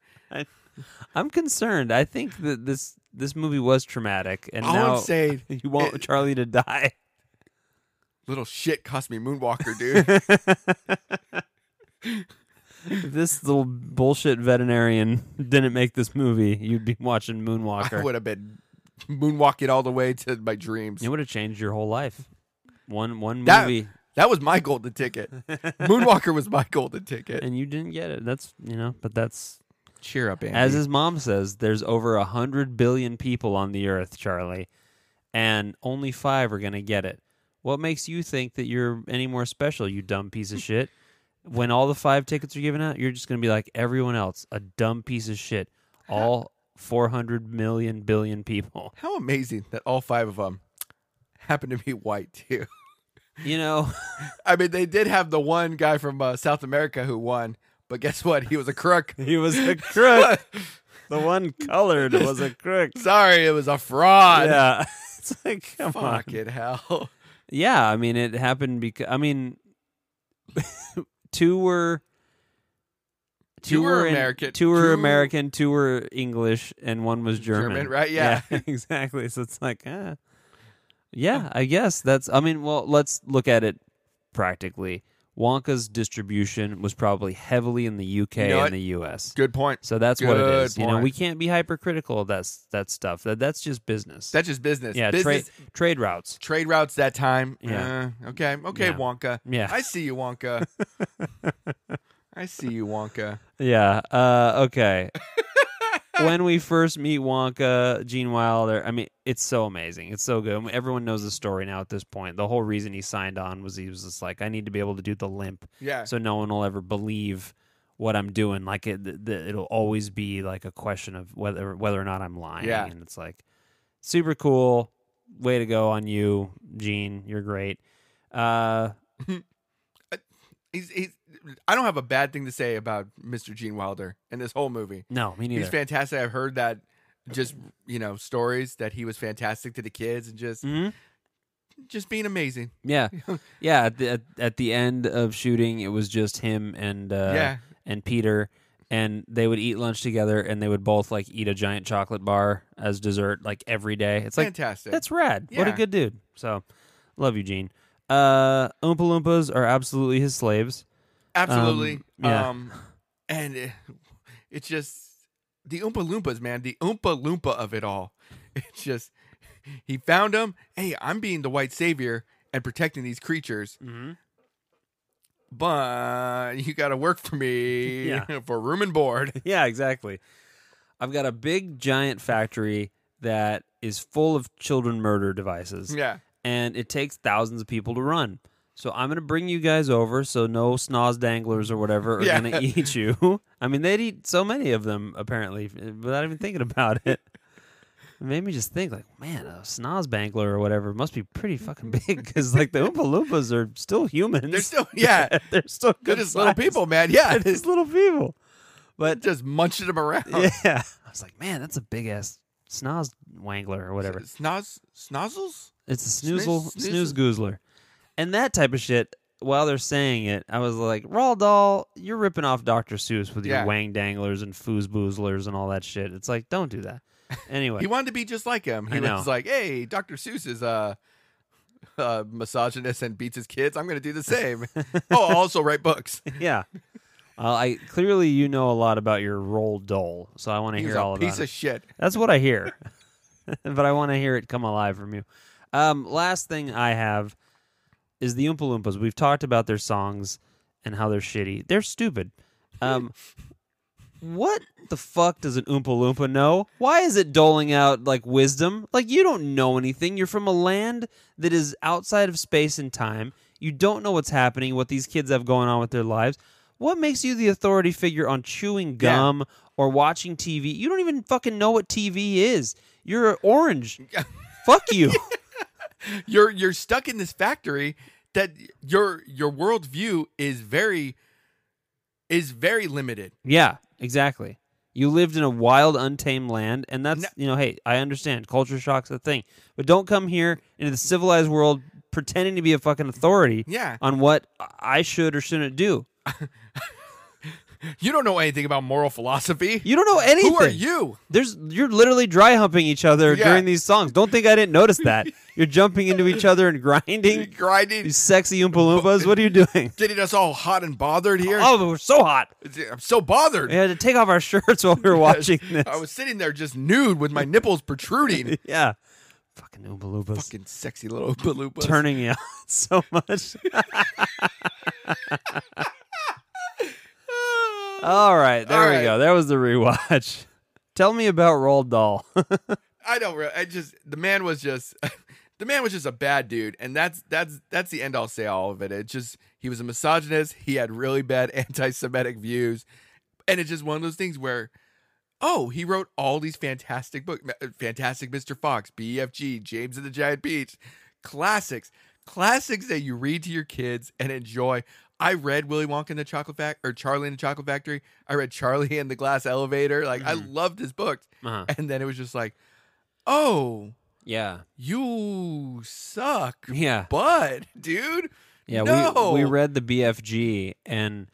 I'm concerned. I think that this this movie was traumatic, and All now I'm saying, you want it- Charlie to die. little shit cost me Moonwalker, dude. this little bullshit veterinarian didn't make this movie. You'd be watching I Moonwalker. would have been moonwalking all the way to my dreams. It would have changed your whole life. One one That- movie, That was my golden ticket. Moonwalker was my golden ticket. and you didn't get it. That's you know, but that's Cheer up, Andy. As his mom says, there's over a hundred billion people on the earth, Charlie, and only five are gonna get it. What makes you think that you're any more special, you dumb piece of shit? When all the five tickets are given out, you're just gonna be like everyone else, a dumb piece of shit. All four hundred million billion people. How amazing that all five of them happened to be white too. You know, I mean, they did have the one guy from uh, South America who won, but guess what? He was a crook. he was a crook. the one colored was a crook. Sorry, it was a fraud. Yeah, it's like come on. Fucking hell. Yeah, I mean it happened because I mean two were Two were in- American. two were Two- American, two were English, and one was German. German, right? Yeah. exactly. So it's like, eh. yeah, I guess that's. I mean, well, let's look at it practically. Wonka's distribution was probably heavily in the UK You know what? and the US. Good point. So that's what it Good is. You know, point. we can't be hypercritical of that s- that stuff. That that's just business. That's just business. yeah, business trade trade routes. trade routes that time. Yeah. Uh, okay. Okay, Yeah. Wonka. Yeah. I see you, Wonka. I see you, Wonka. Yeah. Uh, okay. when we first meet Wonka, Gene Wilder, I mean, it's so amazing. It's so good. Everyone knows the story now at this point. The whole reason he signed on was he was just like, I need to be able to do the limp Yeah. so no one will ever believe what I'm doing. Like, it, th- th- it'll always be like a question of whether whether or not I'm lying. Yeah. And it's like, super cool. Way to go on you, Gene. You're great. Uh, He's, he's I don't have a bad thing to say about Mr. Gene Wilder in this whole movie. no, me neither. He's fantastic. I've heard that just, you know, stories that he was fantastic to the kids and just Mhm. just being amazing. Yeah, yeah. At the at, at the end of shooting, it was just him and uh, yeah. and Peter, and they would eat lunch together, and they would both like eat a giant chocolate bar as dessert like every day. It's like fantastic. that's rad. What a Yeah. good dude. So, love you, Gene. Uh, Oompa Loompas are absolutely his slaves. Absolutely. Um, Um, yeah. and it, it's just the Oompa Loompas, man. The Oompa Loompa of it all. It's just he found them. Hey, I'm being the white savior and protecting these creatures, Mm-hmm. but you got to work for me Yeah. for room and board. yeah, exactly. I've got a big giant factory that is full of children murder devices. Yeah. and it takes thousands of people to run. So I'm gonna bring you guys over, so no snoz danglers or whatever are Yeah. gonna eat you. I mean, they'd eat so many of them apparently without even thinking about it. It made me just think, like, man, a snoz bangler or whatever must be pretty fucking big because like the Oompa Loompas are still humans. They're still, yeah. they're still They're good just little size. people, man. Yeah. They're just little people. But Just munching them around. yeah, I was like, man, that's a big ass snoz wangler or whatever. Snoz, snozzles? It's a Snooze- snoozle, snooze snooze- goozler. And that type of shit, while they're saying it, I was like, Roald Dahl, you're ripping off Dr. Seuss with your Yeah. wang danglers and foos boozlers and all that shit. It's like, don't do that. Anyway. He wanted to be just like him. I He know. was like, "Hey, Dr. Seuss is a, a misogynist and beats his kids. I'm going to do the same." oh, I'll also write books. yeah. Uh, I clearly you know a lot about your Roald Dahl, so I want to He's hear a all about piece it. of shit. That's what I hear. but I want to hear it come alive from you. Um, last thing I have is the Oompa Loompas. We've talked about their songs and how they're shitty. They're stupid. Um, what the fuck does an Oompa Loompa know? Why is it doling out like wisdom? Like you don't know anything. You're from a land that is outside of space and time. You don't know what's happening, what these kids have going on with their lives. What makes you the authority figure on chewing Yeah. gum or watching TV? You don't even fucking know what TV is. You're orange. Fuck you. You're you're stuck in this factory that your your worldview is very is very limited. Yeah, exactly. You lived in a wild, untamed land, and that's No- you know, hey, I understand culture shock's a thing, but don't come here into the civilized world pretending to be a fucking authority Yeah, on what I should or shouldn't do. you don't know anything about moral philosophy. You don't know anything. Who are you? There's you're literally dry humping each other Yeah. during these songs. Don't think I didn't notice that. you're jumping into each other and grinding. Grinding, These sexy Oompa Loompas. What are you doing? getting us all hot and bothered here. Oh, but we're so hot. I'm so bothered. We had to take off our shirts while we were watching this. I was sitting there just nude with my nipples protruding. yeah. Fucking Oompa Loompas. Fucking sexy little Oompa Loompas. turning you on so much. Ah. All right, there All we right. go. That was the rewatch. Tell me about Roald Dahl. I don't. Re- I just the man was just the man was just a bad dude, and that's that's that's the end all say all of it. It just he was a misogynist. He had really bad anti-Semitic views, and it's just one of those things where, oh, he wrote all these fantastic books, fantastic Mr. Fox, BFG, James and the Giant Peach, classics, classics that you read to your kids and enjoy. I read Willy Wonka and the Chocolate Fact or Charlie and the Chocolate Factory. I read Charlie and the Glass Elevator. Like I loved his books Uh-huh. and then it was just like, oh, Yeah. You suck, Yeah. but dude. Yeah. No. We, we read the BFG and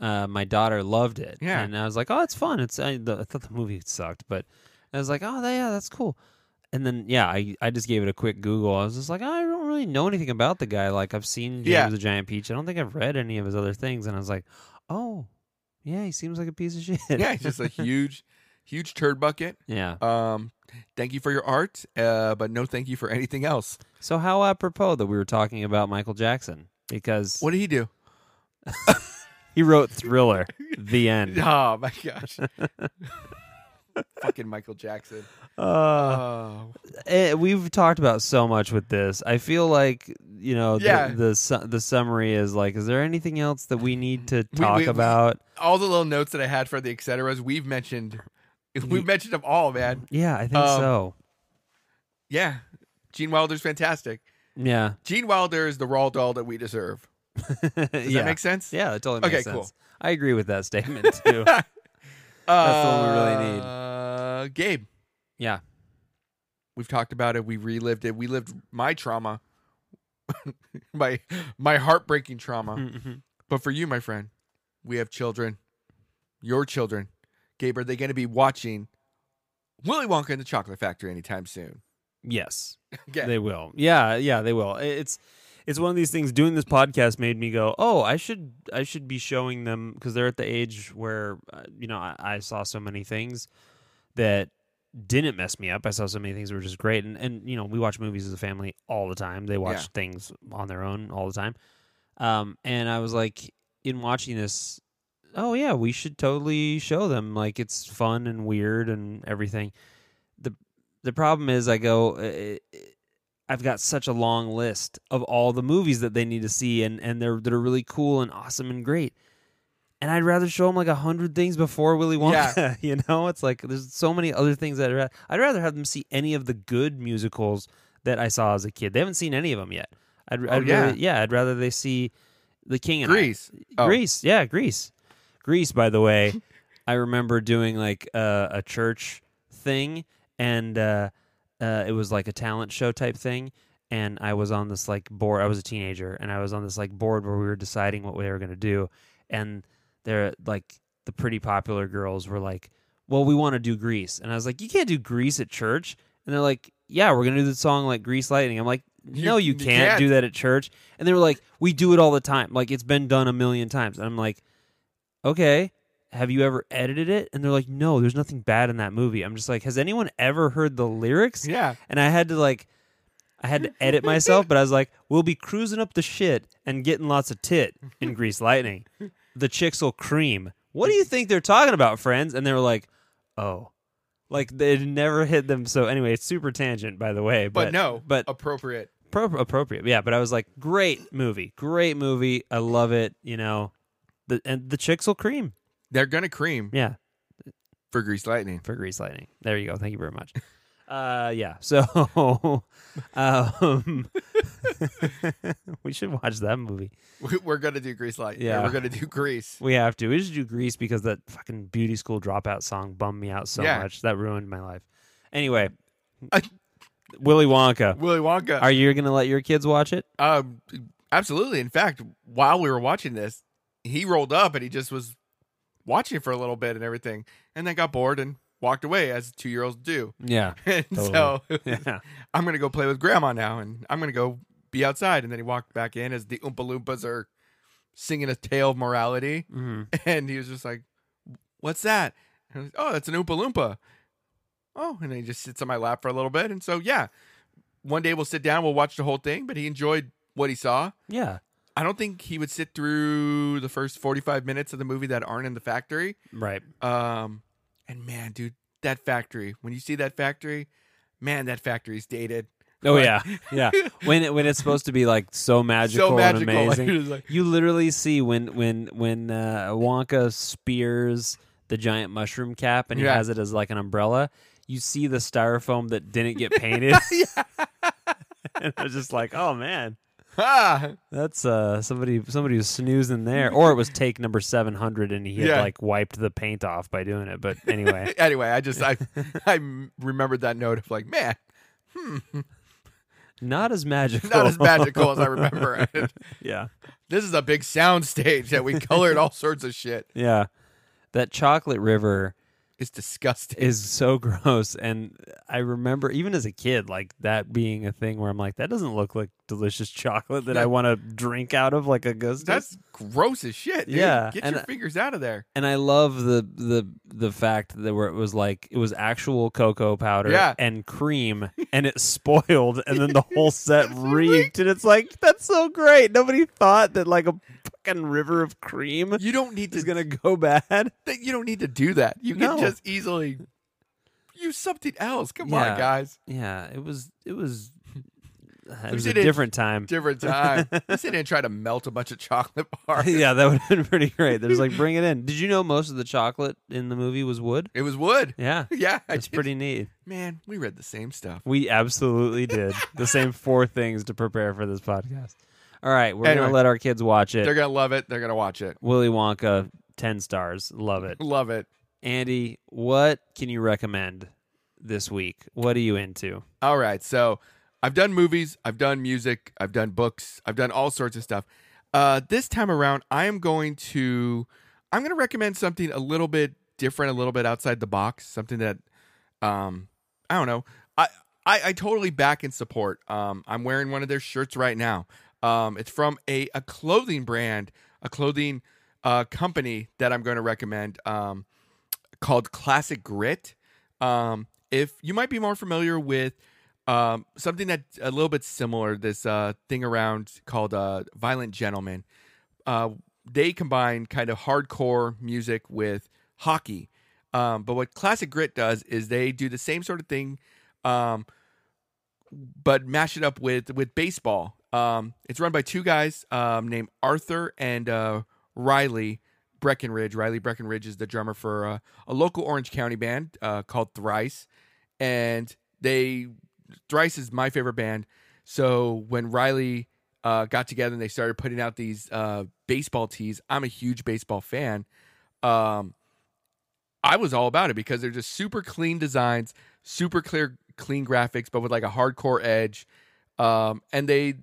uh, my daughter loved it. Yeah. And I was like, oh, it's fun. It's I, the, I thought the movie sucked, but I was like, oh, that, yeah, that's cool. And then yeah, I, I just gave it a quick Google. I was just like, I don't really know anything about the guy. Like I've seen James Yeah. the Giant Peach. I don't think I've read any of his other things. And I was like, oh, yeah, he seems like a piece of shit. Yeah, he's just a huge, huge turd bucket. yeah. Um, thank you for your art, uh, but no thank you for anything else. So how apropos that we were talking about Michael Jackson because What did he do? he wrote Thriller, the end. Oh my gosh. Fucking Michael Jackson. Uh, Oh. eh, we've talked about so much with this. I feel like you know Yeah. the the, su- the summary is like, is there anything else that we need to We- talk we- we- about? All the little notes that I had for the et ceteras, we've mentioned we've mentioned them all, man. yeah, I think um, so. Yeah. Gene Wilder's fantastic. Yeah, Gene Wilder is the raw doll that we deserve. Does yeah, that make sense? yeah. That totally makes Okay, sense. cool. I agree with that statement too. what we really need. Uh, Gabe, yeah, we've talked about it. We relived it. We lived my trauma, my my heartbreaking Mm-hmm. trauma. but for you, my friend, we have children, your children. Gabe, are they going to be watching Willy Wonka and the Chocolate Factory anytime soon? yes. Okay. They will. Yeah, yeah, they will. I- It's it's one of these things. Doing this podcast made me go, oh, I should I should be showing them because they're at the age where uh, you know I, I saw so many things that didn't mess me up. I saw so many things that were just great, and and you know we watch movies as a family all the time. They watch Yeah. things on their own all the time, um, and I was like, in watching this, oh yeah, we should totally show them. Like it's fun and weird and everything. the The problem is, I go. uh, uh, I've got such a long list of all the movies that they need to see and and they're that are really cool and awesome and great. And I'd rather show them like a hundred things before Willy Wonka. you know, it's like there's so many other things that I'd, ra- I'd rather have them see any of the good musicals that I saw as a kid. They haven't seen any of them yet. I'd, I'd yeah. rather, yeah, I'd rather they see The King and I. Grease. Oh. Greece, yeah, Greece. Greece, by the way, I remember doing like uh, a church thing, and uh, uh, it was like a talent show type thing. And I was on this like board. I was a teenager, and I was on this like board where we were deciding what we were going to do. And they're like the pretty popular girls were like, "Well, we want to do Greece," and I was like, "You can't do Greece at church." And they're like, "Yeah, we're going to do the song like Grease Lightning." I'm like, You- "No, you, you can't can't. do that at church." And they were like, "We do it all the time. Like it's been done a million times." And I'm like, "Okay, have you ever edited it?" And they're like, "No, there's nothing bad in that movie." I'm just like, "Has anyone ever heard the lyrics?" Yeah. And I had to like I had to edit myself, but I was like, we'll be cruising up the shit and getting lots of tit in Grease Lightning. The chicks will cream. What do you think they're talking about, friends? And they were like, oh. Like they never hit them. So anyway, it's super tangent, by the way. But, But, no, but appropriate. appro- appropriate. Yeah, but I was like, great movie, great movie. I love it. You know, the and the chicks will cream. They're going to cream Yeah, for Grease Lightning. for grease lightning. There you go. Thank you very much. Uh, yeah. So, um, we should watch that movie. We- We're going to do Grease Lightning. Yeah. We're going to do Grease. We have to. We should do Grease because that fucking beauty school dropout song bummed me out so Yeah. much that ruined my life. Anyway, Uh, Willy Wonka. Willy Wonka. Are you gonna let your kids watch it? Um, absolutely. In fact, while we were watching this, he rolled up and he just was watching for a little bit and everything, and then got bored and walked away as two year olds do. Yeah. And so Yeah. I'm gonna go play with grandma now, and I'm gonna go be outside. And then he walked back in as the Oompa Loompas are singing a tale of morality, hmm and he was just like, "What's that?" And I was, oh, that's an Oompa Loompa. Oh, and then he just sits on my lap for a little bit, and so yeah, one day we'll sit down, we'll watch the whole thing. But he enjoyed what he saw. Yeah. I don't think he would sit through the first 45 minutes of the movie that aren't in the factory. Right. Um, and man, dude, that factory. When you see that factory, man, that factory's dated. Oh Like- yeah. Yeah. When it, when it's supposed to be like so magical, so magical. and Like, amazing. you're just like, You literally see when when when uh, Wonka spears the giant mushroom cap and he Yeah. has it as like an umbrella. You see the styrofoam that didn't get painted. and I was just like, oh man, ah, that's uh somebody somebody was snoozing there, or it was take number seven hundred and he had Yeah. like wiped the paint off by doing it. But anyway, anyway, I just I I remembered that note of like, man, Not as magical. Not as magical as I remember it. yeah. This is a big sound stage that we colored all sorts of shit. Yeah. That chocolate river It's disgusting. is so gross and I remember even as a kid like that being a thing where I'm like that doesn't look like delicious chocolate that I want to drink out of like a Augustus. That's gross as shit. Dude. Yeah, Get and your I- fingers out of there. and I love the the the fact that where it was like it was actual cocoa powder Yeah. and cream and it spoiled and then the whole set reeked and it's like that's so great. Nobody thought that like a fucking river of cream You don't need is to going to go bad. th- you don't need to do that. You can No. just easily use something else. Come Yeah. on, guys. Yeah, it was it was it We was a did it- different time. Different time. Let's sit in and try to melt a bunch of chocolate bars. yeah, that would have been pretty great. There's like bring it in. Did you know most of the chocolate in the movie was wood? It was wood. Yeah. Yeah, I That's did. pretty neat. Man, we read the same stuff. We absolutely did the same four things to prepare for this podcast. All right, we're Anyway. gonna let our kids watch it. They're gonna love it. They're gonna watch it. Willy Wonka, ten stars, love it. Love it. Andy, what can you recommend this week? What are you into? All right. So I've done movies, I've done music, I've done books, I've done all sorts of stuff. Uh, this time around, I am going to I'm going to recommend something a little bit different, a little bit outside the box, something that um, I don't know. I, I I totally back and support. Um, I'm wearing one of their shirts right now. Um, it's from a a clothing brand, a clothing uh, company that I'm going to recommend um, called Classic Grit. Um, if you might be more familiar with um, something that's a little bit similar, this uh, thing around called uh, Violent Gentlemen uh, they combine kind of hardcore music with hockey. Um, but what Classic Grit does is they do the same sort of thing, um, but mash it up with with baseball. Um, it's run by two guys um, named Arthur and uh, Riley Breckenridge. Riley Breckenridge is the drummer for uh, a local Orange County band uh, called Thrice, and they Thrice is my favorite band. So when Riley uh, got together and they started putting out these uh, baseball tees. I'm a huge baseball fan. Um, I was all about it because they're just super clean designs, super clear, clean graphics, but with like a hardcore edge. Um, and they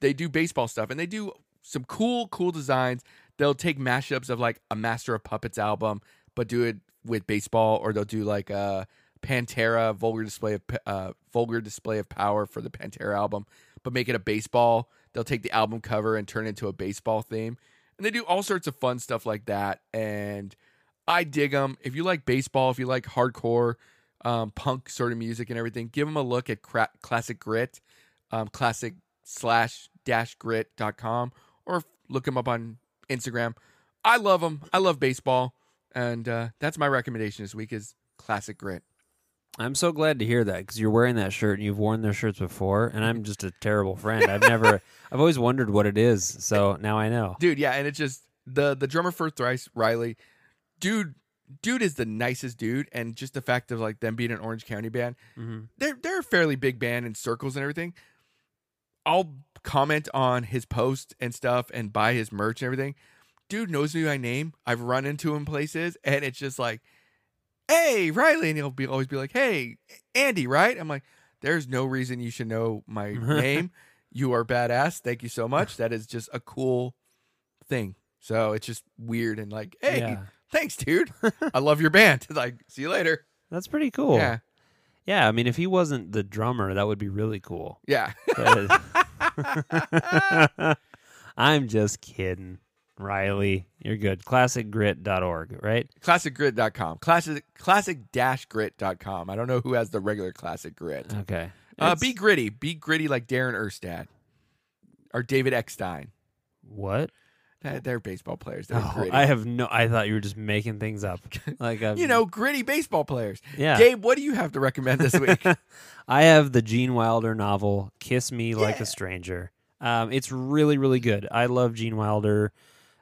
they do baseball stuff and they do some cool, cool designs. They'll take mashups of like a Master of Puppets album, but do it with baseball, or they'll do like a Pantera vulgar display of P- uh, vulgar display of power for the Pantera album, but make it a baseball. They'll take the album cover and turn it into a baseball theme, and they do all sorts of fun stuff like that. And I dig them. If you like baseball, if you like hardcore um, punk sort of music and everything, give them a look at cra- Classic Grit, um, classic slash dash grit dot com, or look them up on Instagram. I love them. I love baseball, and uh, that's my recommendation this week is Classic Grit. I'm so glad to hear that because you're wearing that shirt and you've worn their shirts before, and I'm just a terrible friend. I've never, I've always wondered what it is, so now I know. dude yeah and it's just the the drummer for thrice riley dude dude is the nicest dude and just the fact of like them being an orange county band Mhm. they're they're a fairly big band in circles and everything i'll comment on his post and stuff and buy his merch and everything dude knows me by name i've run into him places and it's just like hey riley and he'll be always be like hey andy right i'm like there's no reason you should know my name you are badass thank you so much that is just a cool thing. So it's just weird and like, hey, Yeah. thanks, dude. I love your band. like, see you later. That's pretty cool. Yeah, Yeah, I mean, if he wasn't the drummer, that would be really cool. yeah. But- I'm just kidding, Riley. You're good. ClassicGrit.org, right? ClassicGrit.com. Classic classic dash grit.com. I don't know who has the regular classic grit. Okay. Uh, It's- be gritty. Be gritty like Darren Erstad or David Eckstein. what? Uh, They're baseball players. They're Oh, gritty. I have no. I thought you were just making things up. Like I've, you know, gritty baseball players. yeah. Gabe, what do you have to recommend this week? I have the Gene Wilder novel "Kiss Me Like Yeah. a Stranger." Um, it's really, really good. I love Gene Wilder.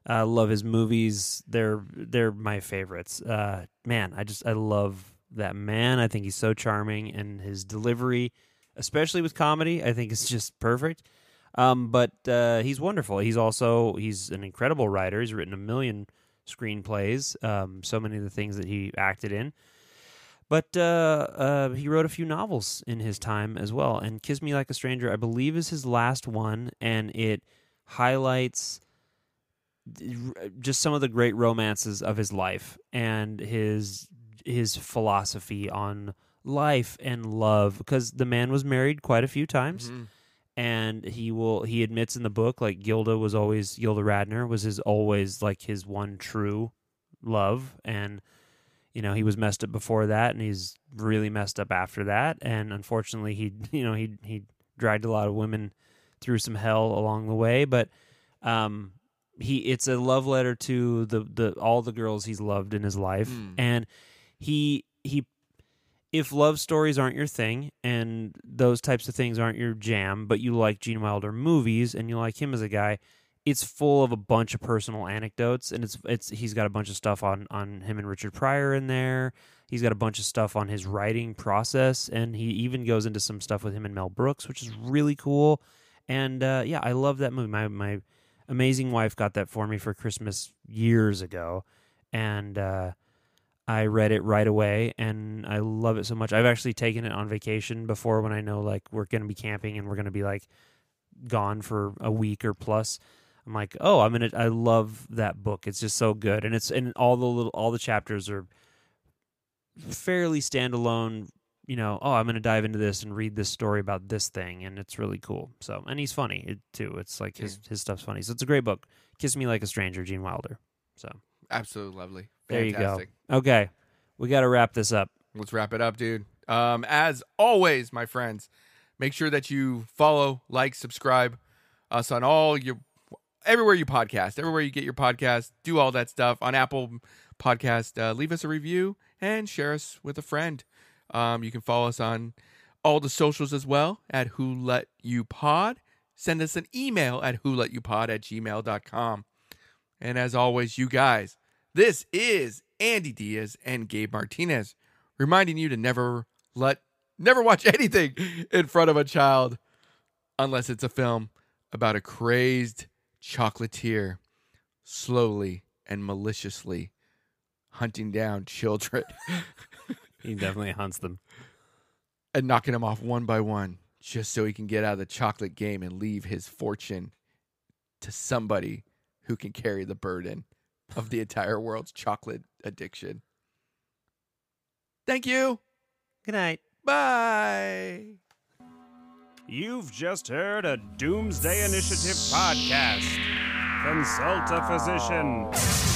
I love his movies. They're they're my favorites. Uh, man, I just I love that man. I think he's so charming, and his delivery, especially with comedy, I think is just perfect. Um, but uh, he's wonderful. He's also he's an incredible writer. He's written a million screenplays. Um, so many of the things that he acted in But uh, uh, he wrote a few novels in his time as well. And Kiss Me Like a Stranger, I believe, is his last one. And it highlights th- r- just some of the great romances of his life and his his philosophy on life and love because the man was married quite a few times Mhm. and he will he admits in the book like Gilda was always Gilda Radner was his always like his one true love and you know he was messed up before that and he's really messed up after that and unfortunately he you know he he dragged a lot of women through some hell along the way but um he it's a love letter to the the all the girls he's loved in his life Mm. and he he if love stories aren't your thing and those types of things aren't your jam, but you like Gene Wilder movies and you like him as a guy, it's full of a bunch of personal anecdotes and it's it's he's got a bunch of stuff on on him and Richard Pryor in there. He's got a bunch of stuff on his writing process and he even goes into some stuff with him and Mel Brooks, which is really cool. And uh, yeah, I love that movie. My my amazing wife got that for me for Christmas years ago, and uh, I read it right away, and I love it so much. I've actually taken it on vacation before when I know like we're going to be camping and we're going to be like gone for a week or plus. I'm like, oh, I'm gonna. I love that book. It's just so good, and it's and all the little all the chapters are fairly standalone. You know, oh, I'm gonna dive into this and read this story about this thing, and it's really cool. So, and he's funny it, too. It's like his his stuff's funny. So it's a great book. Kiss Me Like a Stranger, Gene Wilder. So Absolutely lovely. there you go. Fantastic. Okay, we got to wrap this up. Let's wrap it up, dude. Um, as always, my friends, make sure that you follow, like, subscribe us on all your everywhere you podcast, everywhere you get your podcast. Do all that stuff on Apple Podcast. Uh, leave us a review and share us with a friend. Um, you can follow us on all the socials as well at Who Let You Pod. Send us an email at Who Let You Pod at gmail.com. And as always, you guys, this is Andy Diaz and Gabe Martinez reminding you to never let never watch anything in front of a child unless it's a film about a crazed chocolatier slowly and maliciously hunting down children He definitely hunts them. and knocking them off one by one just so he can get out of the chocolate game and leave his fortune to somebody who can carry the burden of the entire world's chocolate addiction. Thank you. Good night. Bye. You've just heard a Doomsday Initiative podcast. Consult a physician.